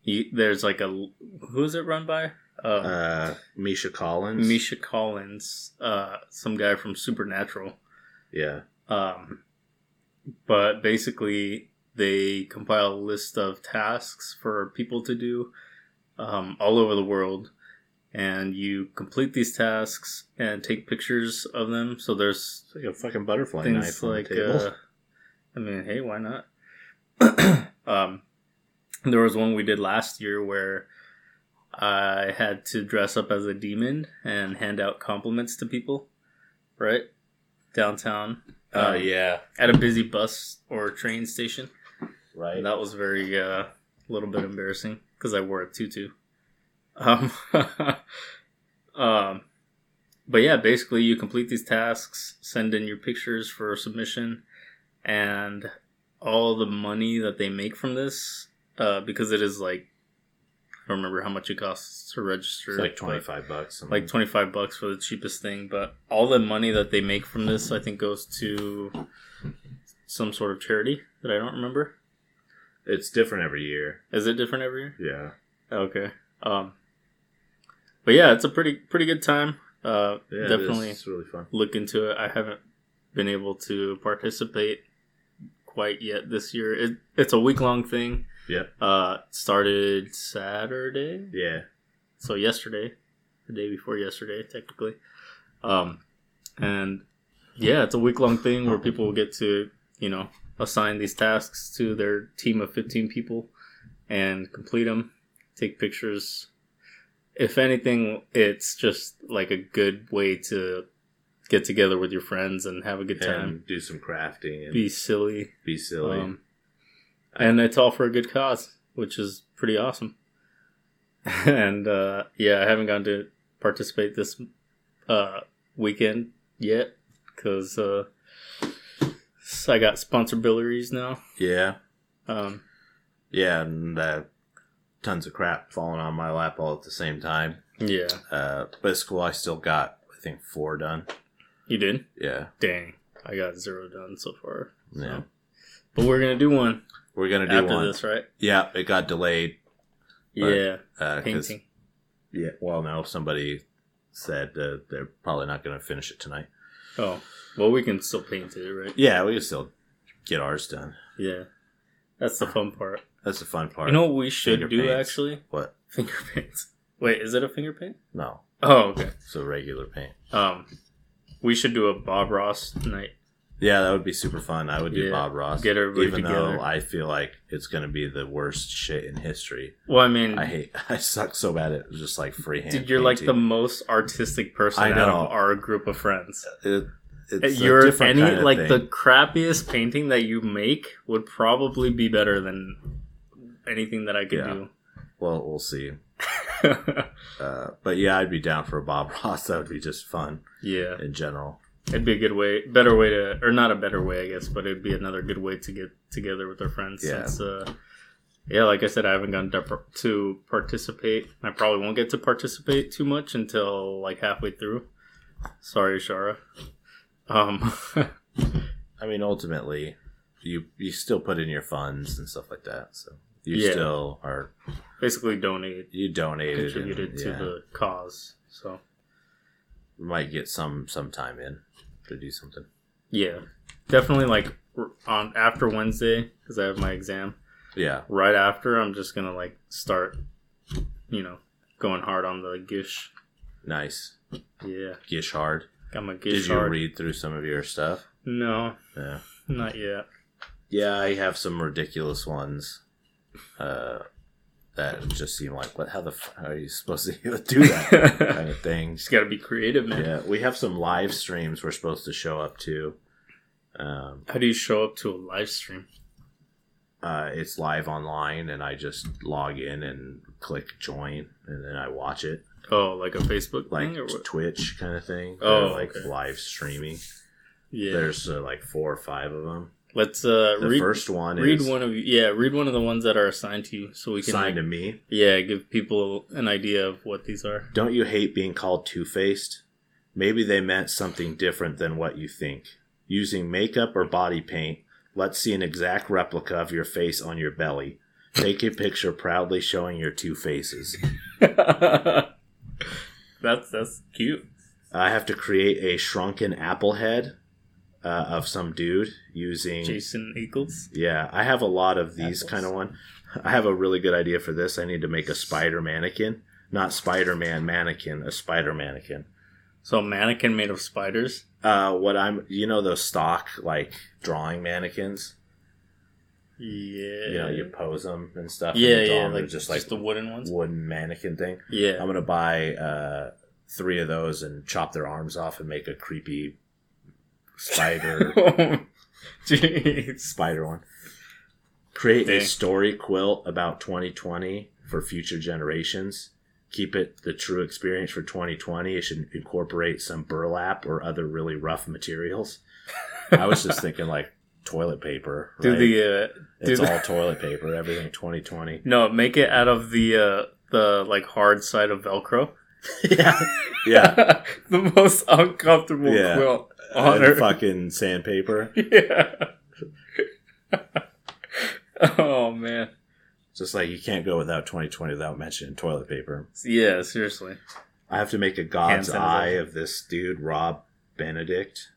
you, there's like a. Who is it run by? Uh,
uh, Misha Collins.
Misha Collins, uh, some guy from Supernatural.
Yeah.
Um, but basically, they compile a list of tasks for people to do um, all over the world. And you complete these tasks and take pictures of them. So there's
It's like a fucking butterfly
things
knife on
like,
the table.
uh, I mean, hey, why not? um, there was one we did last year where I had to dress up as a demon and hand out compliments to people, right? Downtown.
Oh,
um,
yeah.
at a busy bus or train station.
Right.
And that was very uh, a little bit embarrassing because I wore a tutu. Um, um, but yeah, basically you complete these tasks, send in your pictures for submission, and all the money that they make from this, uh, because it is like I don't remember how much it costs to register.
It's like
but-
twenty five bucks. something.
like 25 bucks for the cheapest thing but all the money that they make from this i think goes to some sort of charity that i don't remember
it's different every year.
is it different every year
Yeah.
okay um but yeah it's a pretty pretty good time uh
Yeah. Definitely.
definitely
It's really fun.
look into it i haven't been able to participate quite yet this year it, it's a week long thing
Yeah.
uh started saturday
Yeah.
so yesterday, the day before yesterday, technically. Um, and yeah, it's a week long thing where people will get to, you know, assign these tasks to their team of 15 people and complete them, take pictures. If anything, it's just like a good way to get together with your friends and have a good time,
And do some crafting and
be
be,
silly.
silly.
Um, and it's all for a good cause, which is pretty awesome. And uh, yeah, I haven't gotten to participate this uh, weekend yet because uh, s- I got sponsor billeries now.
yeah.
Um,
Yeah. And uh, tons of crap falling on my lap all at the same time.
yeah,
Uh, but it's cool. I still got I think four done.
you did?
Yeah.
Dang, I got zero done so far. so.
Yeah.
But we're gonna do one
We're gonna do
after
one.
this, right?
Yeah. It got delayed. Right.
Yeah,
Uh, 'cause-
painting.
Yeah. Well, no. Somebody said uh, they're probably not gonna finish it tonight.
Oh, well, we can still paint it, right?
Yeah, we can still get ours done.
Yeah, that's the fun part.
That's the fun part.
You know what we should
Finger
do
paints.
actually?
what?
Finger paints. Wait, is it a finger paint?
No,
Oh, okay.
it's a regular paint.
Um, we should do a Bob Ross night.
Yeah, that would be super fun. I would do
Yeah,
Bob Ross.
get everybody
even
together.
though I feel like it's gonna be the worst shit in history.
Well, I mean,
I hate. I suck so bad at just like freehand.
dude, you're like the
painting.
most artistic person
I
out
know.
of our group of friends.
It, it's a
Your
different
any
kind of
like
thing.
the crappiest painting that you make would probably be better than anything that I could
Yeah. Well, we'll see.
do.
Uh, but yeah, I'd be down for a Bob Ross. That would be just fun
yeah,
in general.
It'd be a good way, better way to, or not a better way, I guess, but it'd be another good way to get together with our friends.
Yeah.
Since, uh, yeah, like I said, I haven't gotten to, par- to participate. I probably won't get to participate too much until like halfway through. Sorry, Shara. Um,
I mean, ultimately, you you still put in your funds and stuff like that. So you
Yeah.
still are
basically donate
you donated and,
contributed to
yeah,
the cause. So
might get some some time in to do something.
yeah, definitely like r- on after Wednesday because I have my exam.
Yeah,
Right after, I'm just gonna like start, you know, going hard on the gish.
nice.
Yeah,
Gish hard.
got my
Did
gish
you
hard.
read through some of your stuff?
no,
Yeah.
not yet.
Yeah, I have some ridiculous ones. Uh, that just seem like what? How the f- are you supposed to even do that kind of thing?
just gotta be creative, man.
Yeah, we have some live streams we're supposed to show up to. Um,
How do you show up to a live stream?
uh, it's live online, and I just log in and click join, and then I watch it
Oh, like a Facebook
like
thing or what?
Twitch kind of thing.
Oh,
They're, like
okay.
live streaming.
Yeah,
There's uh, like four or five of them.
let's uh
The
read
first one
read
is
one of yeah read one of the ones that are assigned to you so we can
signed to
like,
me.
yeah give people an idea of what these are.
Don't you hate being called two faced? Maybe they meant something different than what you think. Using makeup or body paint, let's see an exact replica of your face on your belly. Take a picture proudly showing your two faces.
that's that's cute.
I have to create a shrunken apple head uh, of some dude using.
Jason Eagles.
Yeah, I have a lot of these
Apples.
kind of one. I have a really good idea for this. I need to make a spider mannequin, not Spider Man mannequin, a spider mannequin.
So a mannequin made of spiders.
Uh, what I'm, you know, those stock like drawing mannequins.
Yeah.
You know, you pose them and stuff.
yeah,
and you draw
yeah,
'em.
like
They're just like
the wooden ones.
wooden mannequin thing.
yeah.
I'm gonna buy uh, three of those and chop their arms off and make a creepy spider
Jeez.
spider one. Create a
Dang.
story quilt about 2020 for future generations. Keep it the true experience for 2020. It should incorporate some burlap or other really rough materials. I was just thinking like toilet paper.
Do
right?
the uh,
it's
do the-
all toilet paper. Everything 2020.
no, make it out of the uh the like hard side of Velcro.
yeah, yeah.
the most uncomfortable
Yeah.
quilt on
And
earth.
fucking sandpaper.
Yeah. oh man.
Just like you can't go without 2020 without mentioning toilet paper.
Yeah, seriously.
I have to make a god's
Hand sanitizer.
eye of this dude, Rob Benedict.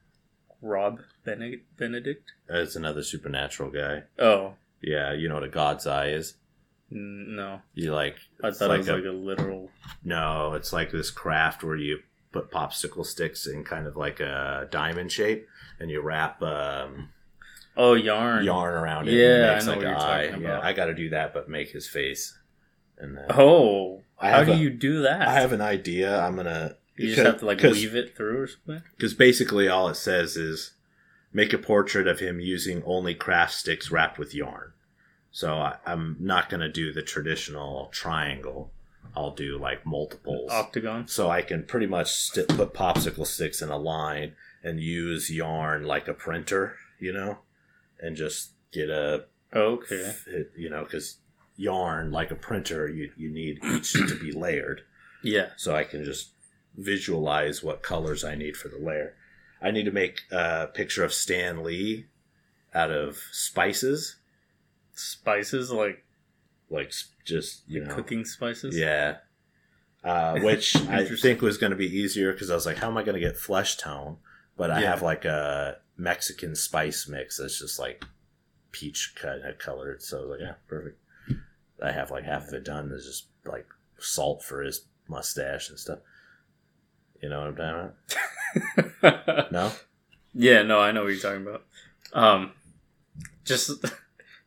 Rob Bene- Benedict.
That's another supernatural guy.
Oh
Yeah, you know what a god's eye is.
n- no,
You like
I
It's
thought
like
it was
a-
like a literal.
no, it's like this craft where you put popsicle sticks in kind of like a diamond shape, and you wrap um,
Oh, yarn.
yarn around it. and
Yeah,
it makes
I know
like
what
an
you're
eye.
talking
Yeah,
about.
I got to do that, but make his face. And then
Oh,
I
how
have
do
a-
you do that?
I have an idea. I'm gonna
you just have to like
because-
weave it through or something.
Because basically, all it says is make a portrait of him using only craft sticks wrapped with yarn. So I, I'm not going to do the traditional triangle. I'll do like multiples.
Octagon.
So I can pretty much sti put popsicle sticks in a line and use yarn like a printer, you know, and just get a,
Okay.
it- you know, because yarn like a printer, you, you need each to be layered
Yeah.
so I can just visualize what colors I need for the layer. I need to make a picture of Stan Lee out of spices,
Spices like
like s- just you know,
cooking spices.
yeah. Uh, which I
Interesting.
think was going to be easier because I was like, how am I going to get flesh tone? But I
Yeah.
have like a Mexican spice mix that's just like peach kind of colored. So I was like, yeah, perfect. I have like half of it done. There's just like salt for his mustache and stuff. You know what I'm talking about? No.
yeah. No, I know what you're talking about. Um, just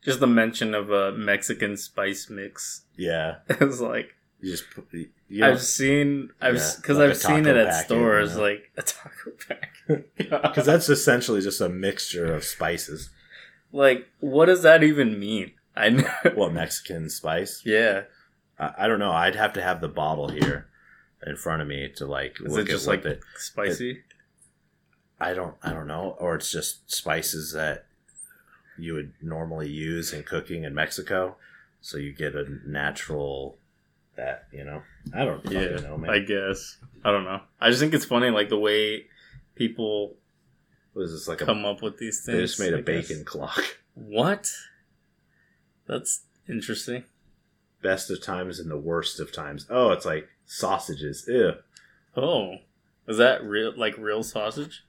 just the mention of a Mexican spice mix
Yeah.
is like
You just put, you know,
I've seen I've
Yeah,
because
like a
I've seen
taco
it at
packet,
stores
you know?
like a taco pack.
because that's essentially just a mixture of spices.
Like, what does that even mean? I know.
What Mexican spice?
yeah.
I, I don't know. I'd have to have the bottle here in front of me to like
Is
look
it just
at what
like
the-
spicy?
I don't I don't know, or it's just spices that you would normally use in cooking in Mexico, so you get a natural that you know. I don't fucking
Yeah,
know, man.
I guess. I don't know. I just think it's funny, like the way people
was this like a?
come up with these things.
They just made a
I guess.
bacon clock.
What? That's interesting.
Best of times and the worst of times. Oh, it's like sausages. Ew.
Oh, is that real? Like real sausage?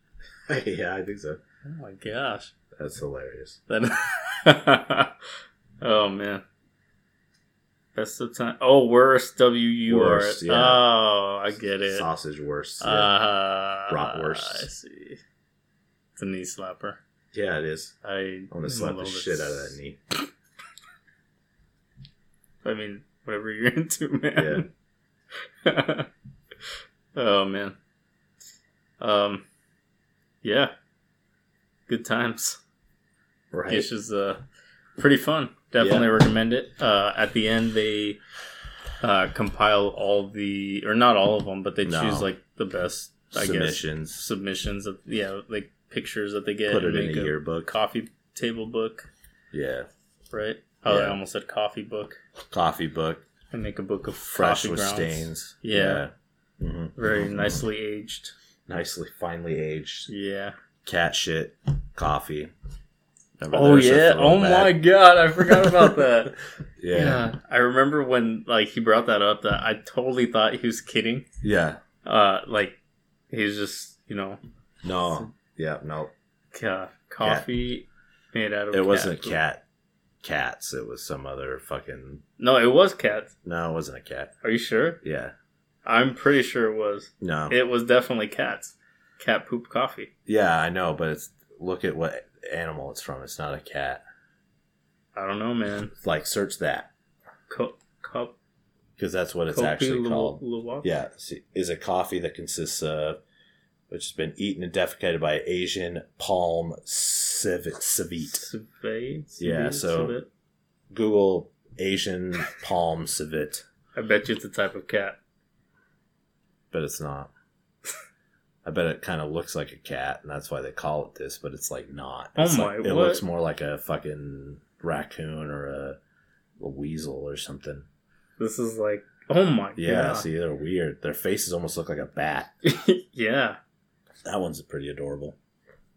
yeah, I think so.
Oh my gosh!
That's hilarious.
That. oh man. Best of time. Oh, worst. W U R.
Worst, yeah.
Oh, I get it.
Sausage worst. Yeah,
Uh,
Bratwurst.
I see. It's a knee slapper.
yeah it is.
I
I'm gonna slap the
love
shit
it.
out of that knee.
I mean, whatever you're into, man. oh man. Um, yeah. Good times.
Right.
Gish is uh, pretty fun. Definitely recommend it. Uh, at the end, they uh, compile all the, or not all of them, but they
No.
choose like the best, I guess,
Submissions.
submissions. Of, yeah, like pictures that they get.
Put it
and
in
make
a yearbook.
coffee table book,
Yeah.
right? Oh, I
Yeah.
almost said coffee book.
Coffee book.
I make a book of
Fresh
coffee
with
grounds.
stains.
Yeah.
hmm
Very nicely aged.
Nicely, finely aged.
Yeah.
Cat shit. Coffee. Remember
Oh
there's a
yeah. Oh
throwback.
my god, I forgot about that.
Yeah. Yeah.
Yeah. I remember when like he brought that up that I totally thought he was kidding. Uh like he was just, you know,
No. Yeah. No.
ca- coffee made out of
It
cat
wasn't
poop.
cat. Cats. It was some other fucking.
No, it was cats.
No, it wasn't a cat.
Are you sure?
Yeah.
I'm pretty sure it was.
No.
It was definitely cats. Cat poop coffee.
yeah, I know, but it's look at what animal it's from. It's not a cat.
I don't know, man.
Like search that
Co- co-
because that's what it's
Kopi
actually
Lu-
called.
Luwak?
Yeah, see, is a coffee that consists of, which has been eaten and defecated by Asian palm civet, civet.
Civet?
Yeah,
Civet?
so-
Civet?
Google Asian palm civet,
I bet you it's a type of cat.
but it's not. I bet it kind of looks like a cat, and that's why they call it this, but it's like not.
Oh
It's
my,
like- It
what?
looks more like a fucking raccoon or a, a weasel or something.
This is like, oh my
Yeah,
god.
see, they're weird. Their faces almost look like a bat.
yeah.
That one's pretty adorable.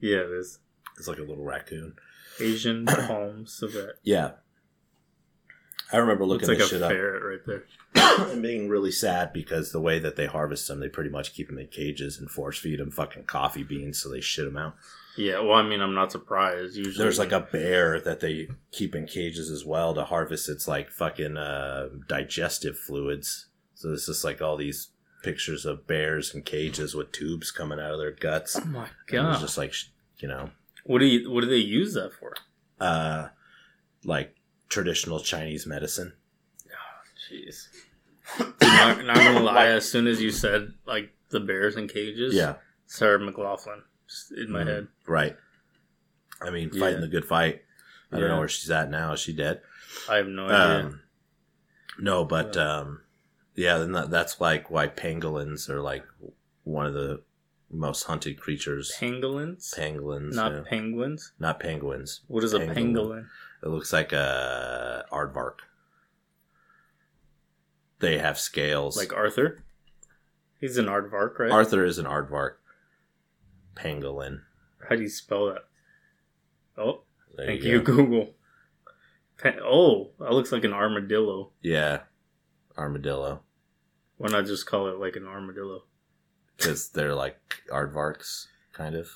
Yeah, it is.
It's like a little raccoon.
Asian palm civet.
Yeah. I remember looking
Looks like a
this shit
ferret right there.
up and being really sad because the way that they harvest them, they pretty much keep them in cages and force feed them fucking coffee beans so they shit them out.
Yeah, well, I mean, I'm not surprised. Usually,
There's like a bear that they keep in cages as well to harvest its like fucking uh, digestive fluids. So it's just like all these pictures of bears in cages with tubes coming out of their guts.
Oh my
And
god!
It's just like, sh- you know,
what do you? What do they use that for?
uh, like traditional Chinese medicine.
Jeez. Dude, not, not gonna lie. as soon as you said like the bears in cages,
Yeah.
Sarah McLaughlin just in my
Mhm.
head.
Right. I mean,
Yeah.
fighting the good fight. I don't
Yeah.
know where she's at now. Is she dead?
I have no idea.
Um, no, but um, yeah, then that, that's like why pangolins are like one of the most hunted creatures.
Pangolins,
Pangolins,
not
yeah.
penguins.
not penguins.
What is a
Pangolin.
pangolin?
It looks like a aardvark. They have scales.
Like Arthur? He's an aardvark, right?
Arthur is an aardvark. Pangolin.
How do you spell that? Oh,
There
thank
you
you,
go.
Google. Pa- oh, that looks like an armadillo.
Yeah, armadillo.
Why not just call it like an armadillo?
because they're like aardvarks, kind of,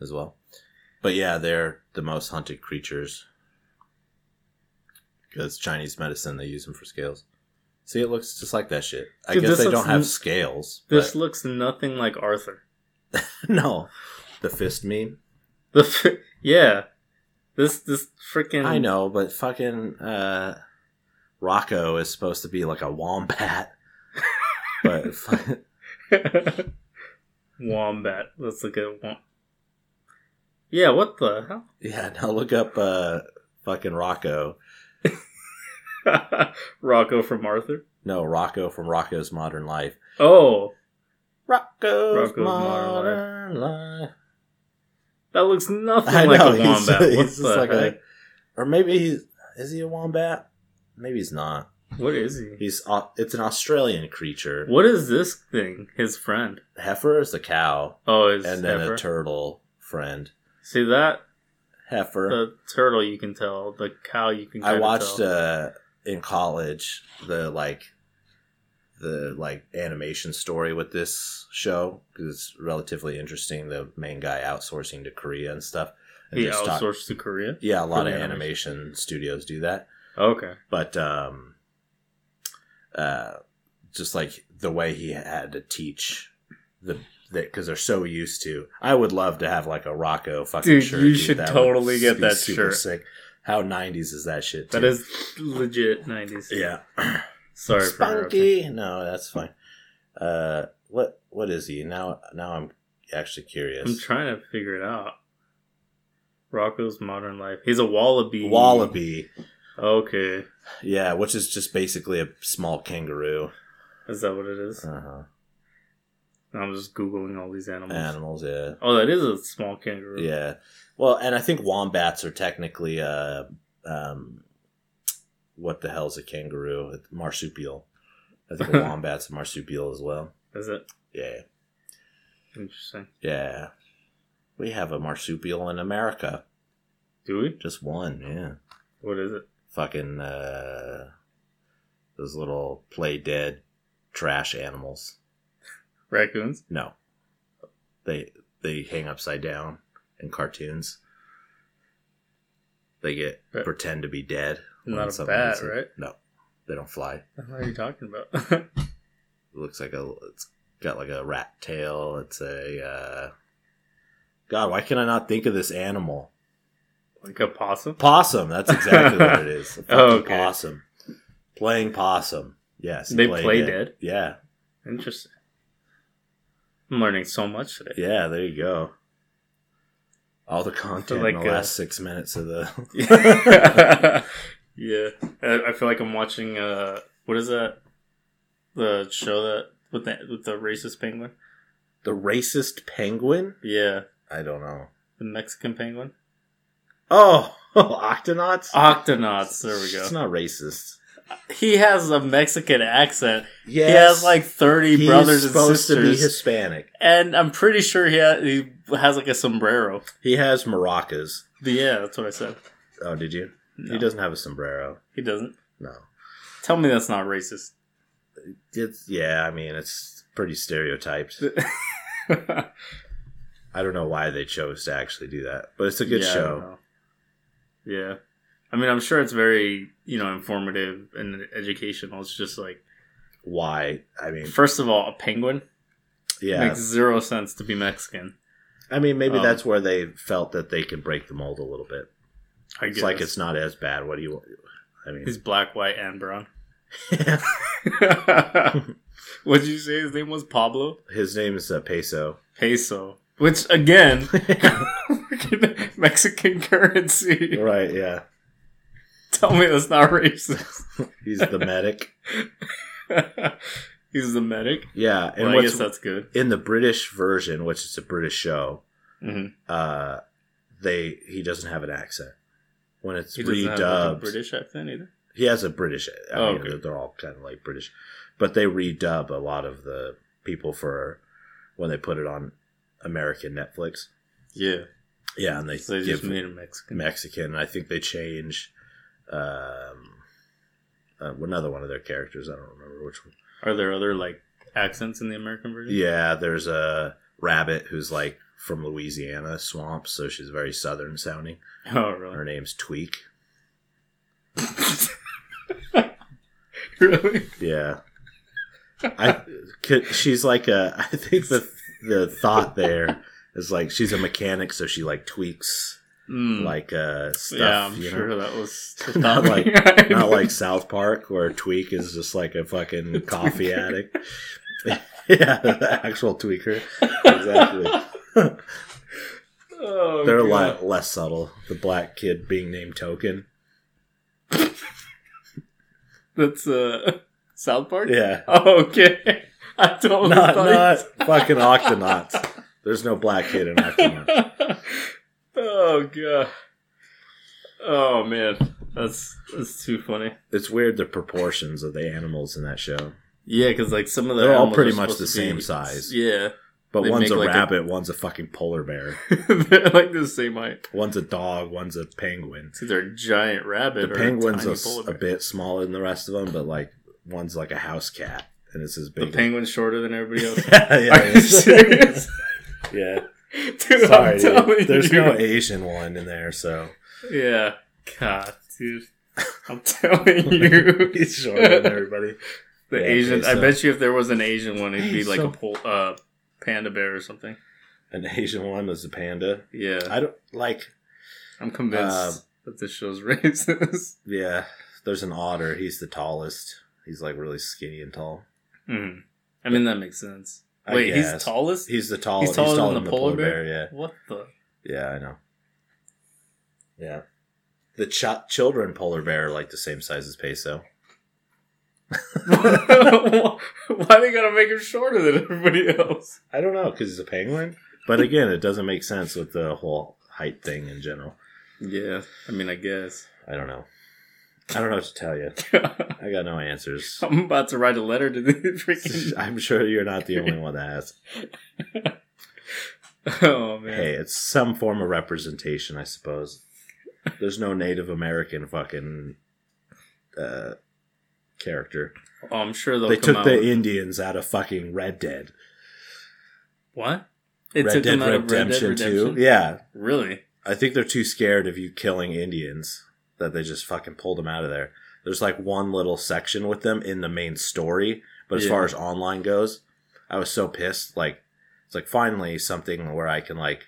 as well. But yeah, they're the most hunted creatures because Chinese medicine they use them for scales. See, it looks just like that shit. I
Dude,
guess
this
they don't
looks n-
have scales.
This
But
looks nothing like Arthur.
no, the fist meme.
The f- yeah, this this freaking
I know, but fucking uh, Rocco is supposed to be like a wombat. but fu-
wombat. Let's look at wom- yeah. What the
yeah, now look up uh, fucking Rocco.
hell? Rocco from Arthur.
No, Rocco from Rocco's Modern Life.
Oh,
Rocco's,
Rocco's Modern
Modern Life.
That looks nothing
I
like
know,
a
he's-
wombat.
he's
What
just
the
like a-
heck?
Or maybe he's is he a wombat? Maybe he's not.
What is he?
He's au- it's an Australian creature.
What is this thing? His friend.
Heifer is the cow,
Oh, is
and then
heifer.
a turtle friend.
See that
Heifer.
the turtle you can tell, the cow you can.
I
kinda
watched
tell.
uh in college the like the like animation story with this show because it's relatively interesting. The main guy outsourcing to Korea and stuff. And
He
just talk-
outsourced to Korea.
yeah, a lot
for
of
the
animation. studios do that,
Okay.
but um, uh, just like the way he had to teach the. Because they're so used to, I would love to have like a Rocco fucking
Dude,
shirt.
you should
that would
totally get
be
that
super
shirt.
Sick. How '90s is that shit?
That
too?
is legit nineties.
Yeah.
Sorry for
Spunky. No, that's fine. Uh, what what is he now? Now I'm actually curious.
interrupting. I'm trying to figure it out. Rocco's modern life. He's a wallaby.
Wallaby.
Okay.
Yeah, which is just basically a small kangaroo.
Is that what it is?
Uh-huh.
I'm just googling all these animals.
Animals. Yeah.
Oh, that is a small kangaroo.
Yeah. Well, and I think wombats are technically uh um what the hell's a kangaroo? It's marsupial. I think a wombat's a marsupial as well.
Is it
Yeah.
interesting?
Yeah. We have a marsupial in America.
Do we?
Just one, yeah.
What is it?
fucking uh, those little play dead trash animals.
Raccoons?
No, they they hang upside down in cartoons. They get
Right.
pretend to be dead. when
Not a
someone
bat,
hits it.
right?
No, they don't fly.
What are you talking about?
It looks like a it's got like a rat tail. It's a uh, God. Why can I not think of this animal?
like a possum?
Possum. That's exactly what it is. A fucking
Oh, Okay.
Possum. Playing possum. Yes.
They play dead?
Yeah.
Interesting. I'm learning so much today.
Yeah, there you go. All the content
like,
in
uh,
the last six minutes of the.
Yeah. I I feel like I'm watching uh what is that? The show that with the with the racist penguin?
the racist penguin?
Yeah.
I don't know.
The Mexican penguin?
Oh, Octonauts?
Octonauts, there we
It's
go.
not racist.
He has a Mexican accent.
Yes,
He has like 30
he's
brothers and
supposed
sisters.
to be Hispanic.
and I'm pretty sure he, ha- he has like a sombrero.
He has maracas.
But yeah, that's what I said.
Oh, did you?
No,
He doesn't have a sombrero.
He doesn't.
No.
Tell me that's not racist.
It's yeah. I mean, it's pretty stereotyped. I don't know why they chose to actually do that, but it's a good
Yeah, I don't
show.
know. Yeah. I mean, I'm sure it's very, you know, informative and educational. It's just like,
Why? I mean,
first of all, a penguin
yeah.
makes zero sense to be Mexican.
I mean, maybe
Um,
that's where they felt that they could break the mold a little bit.
I
It's
guess.
like it's not as bad. What do you? I mean,
He's black, white, and brown.
Yeah.
What'd you say his name was? Pablo?
his name is uh, Peso.
Peso. Which, again, Mexican currency.
right? Yeah,
Tell me that's not racist.
he's the medic.
He's the medic.
Yeah, and
Well, I guess
what's
that's good.
in the British version, which is a British show,
hmm
uh, they he doesn't have an accent when it's
He doesn't have like, a
redubbed.
British accent either.
he has a British. I
Oh,
mean,
okay.
they're all kind of like British, but they redub a lot of the people for when they put it on American Netflix.
Yeah.
Yeah, and they,
So they
give
just made him Mexican.
Mexican. and I think they change um, uh, another one of their characters. I don't remember which one.
Are there other like accents in the American version?
Yeah, there's a rabbit who's like from Louisiana swamps, so she's very southern sounding.
Oh,
Her
really?
name's Tweak.
really?
Yeah, I could, she's like a. I think the the thought there is like she's a mechanic, so she like tweaks
Mm.
like uh stuff.
yeah, I'm
you know?
sure that was
Not like-
right.
Not like South Park, where Tweak is just like a fucking coffee addict. yeah, the actual tweaker. Exactly.
Oh,
They're a
God.
lot less subtle. The black kid being named Token.
That's uh, South Park.
Yeah.
Oh, okay. I don't
Not, not fucking Octonauts. There's no black kid in Octonauts.
oh god. Oh man, that's that's too funny.
It's weird the proportions of the animals in that show.
Yeah, because like some of the
They're all
animals
pretty
are
much the
supposed to
same
be-
size.
Yeah,
But
They
one's
make
a
like a-
rabbit, one's a fucking polar bear,
they're like the same height.
one's a dog, one's a penguin.
It's either a giant rabbit
The
or
penguin's
a,
a,
tiny
s-
polar
a
bear.
bit smaller than the rest of them, but like one's like a house cat, and it's as
The
big.
penguin's shorter than everybody else.
yeah,
Are you serious?
yeah.
Dude,
Sorry,
I'm
dude.
telling
there's
you.
no Asian one in there, so
Yeah. God, dude. I'm telling you.
he's shorter than everybody.
The
Yeah,
Asian.
okay, so-
I bet you if there was an Asian one, it'd be
Hey,
like
so-
a pol- uh, panda bear or something.
An Asian one was a panda.
Yeah.
I don't like.
I, am convinced
uh,
that this show's racist.
Yeah, there's an otter. He's the tallest. He's like really skinny and tall.
Hmm. I mean, that makes sense.
I
Wait,
guess.
he's tallest?
He's the tallest.
He's taller than the polar bear?
Yeah.
What the?
Yeah, I know. Yeah. The ch- children polar bear are like the same size as Peso.
Why they gotta make him shorter than everybody else?
I don't know, because he's a penguin. But again, it doesn't make sense with the whole height thing in general.
Yeah. I mean, I guess.
I don't know. I don't know what to tell you. I got no answers.
I'm about to write a letter to the freaking.
I'm sure you're not the only one that has.
Oh man.
Hey, it's some form of representation, I suppose. There's no Native American fucking uh, character.
Oh, I'm sure they'll
They
come
took
out
the
with-
Indians out of fucking Red Dead.
what? It
e- Red
took
Dead
them out of Red Dead
Redemption
Redemption.
2. Yeah.
Really?
I think they're too scared of you killing Indians that they just fucking pulled them out of there. There's like one little section with them in the main story, but as
Yeah.
far as online goes, I was so pissed. Like, it's like finally something where I can like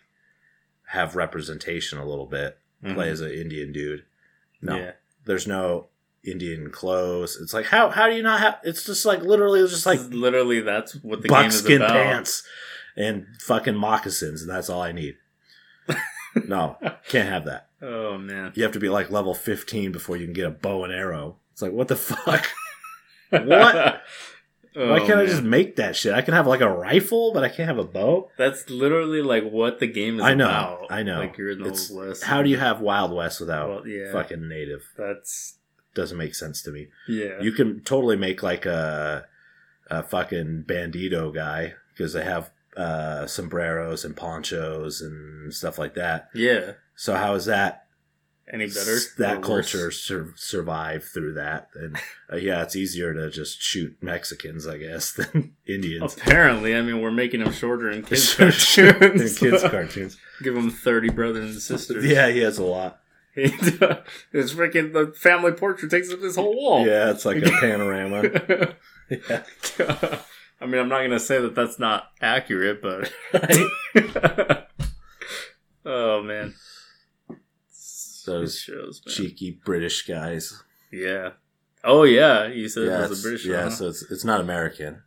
have representation a little bit, play as an Indian dude. No,
Mm-hmm. Yeah.
there's no Indian clothes. It's like how how do you not have? It's just like literally, it's just like
literally that's what the game is
buckskin
about.
pants and fucking moccasins, and that's all I need. no, can't have that.
Oh man.
You have to be like level 15 before you can get a bow and arrow. It's like, what the fuck? What?
Oh,
Why can't I just make that shit? I can have like a rifle, but I can't have a bow?
That's literally like what the game is
I know,
about.
I know.
Like you're in the
It's-
old west.
How do you have Wild West without
Well, yeah.
fucking native?
That's
Doesn't make sense to me.
yeah.
You can totally make like a, a fucking bandito guy because they have uh, sombreros and ponchos and stuff like that.
yeah.
So, how is that
Any better?
s- that
or worse?
culture sur- survive through that and uh, yeah it's easier to just shoot mexicans i guess than indians
Apparently, I mean, we're making them shorter in kids'
Sure, sure. than
cartoons.
kids cartoons
Give them thirty brothers and Oh, sisters.
yeah he has a lot
it's freaking the family portrait takes up this whole wall.
yeah it's like a panorama yeah.
I mean, I'm not gonna say that that's not accurate, but oh man,
Those
It shows, man.
cheeky british guys
yeah. Oh yeah, you said
yeah,
it was
it's-
a British. uh-huh.
yeah
Yeah,
so it's, it's not american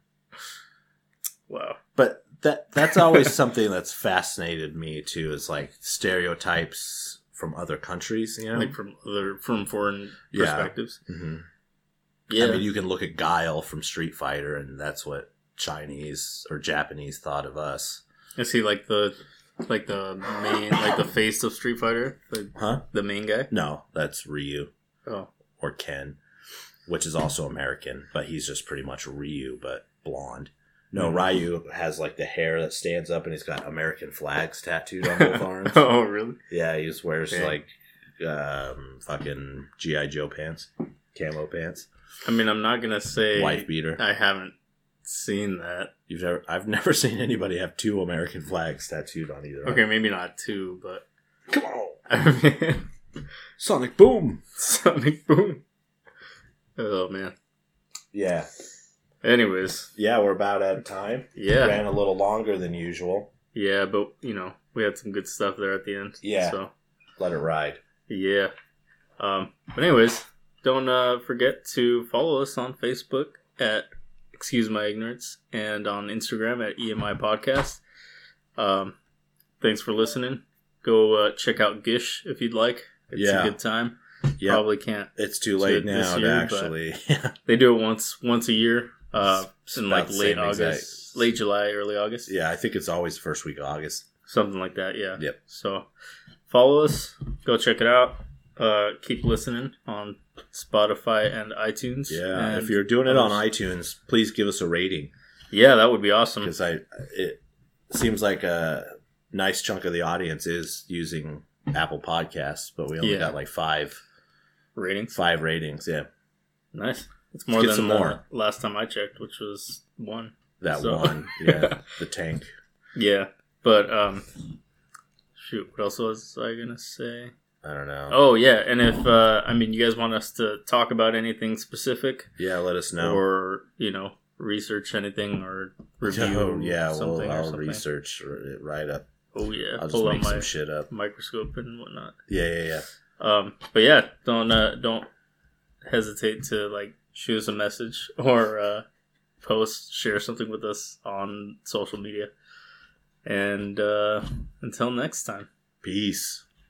wow.
but that that's always something that's fascinated me too is like stereotypes from other countries you know
Like from other from foreign
Yeah.
perspectives.
hmm
Yeah,
I mean, you can look at Guile from Street Fighter, and that's what Chinese or Japanese thought of us.
is he like the like the main like the face of Street Fighter, like
Huh?
the main guy?
No, that's Ryu
Oh,
or Ken, which is also American, but he's just pretty much Ryu, but blonde. No,
Mhm.
Ryu has like the hair that stands up, and he's got American flags tattooed on both arms.
oh really?
Yeah, he just wears
Dang.
like um, fucking GI Joe pants, camo pants,
I mean, I'm not gonna say
wife beater.
I haven't seen that.
You've never, I've never seen anybody have two American flags tattooed on either.
Okay, maybe not two, but
arm. come on,
I mean,
Sonic Boom.
Sonic Boom. Oh man.
Yeah.
Anyways,
Yeah, we're about out of time.
yeah,
Ran a little longer than usual.
yeah, but you know, we had some good stuff there at the end.
Yeah.
So
Let it ride.
yeah. Um. But anyways, don't uh, forget to follow us on Facebook at Excuse My Ignorance and on Instagram at EMI Podcast. Um. Thanks for listening. Go uh, check out Gish if you'd like. It's
Yeah.
a good time.
Yeah.
Probably can't
It's too
It's
late
this
now to
year,
actually.
They do it once once a year. uh, in like
About the
late
same
August,
exact-
late July, early August,
Yeah, I think it's always the first week of August.
something like that. Yeah.
Yep.
So follow us, go check it out. Uh, keep listening on Spotify and iTunes.
Yeah,
and
if you're doing it on
others.
iTunes, please give us a rating
yeah, that would be awesome.
because I it seems like a nice chunk of the audience is using Apple Podcasts, but we only
Yeah.
got like five
Ratings,
five ratings. Yeah,
nice. It's more
Get
than
some
the
more.
last time I checked, which was one.
that
So-
one. Yeah, the tank.
Yeah, but um, shoot, what else was I gonna say?
I don't know.
Oh yeah, and if uh, I mean you guys want us to talk about anything specific
Yeah, let us know.
or you know research anything or review
Oh, yeah, we'll
something or
I'll
something.
research it right up.
Oh yeah,
I'll just
pull out
make
my
some shit up.
microscope and whatnot.
Yeah, yeah, yeah.
Um, but yeah, don't uh, don't hesitate to like shoot us a message or uh, post share something with us on social media. And uh, until next time.
Peace.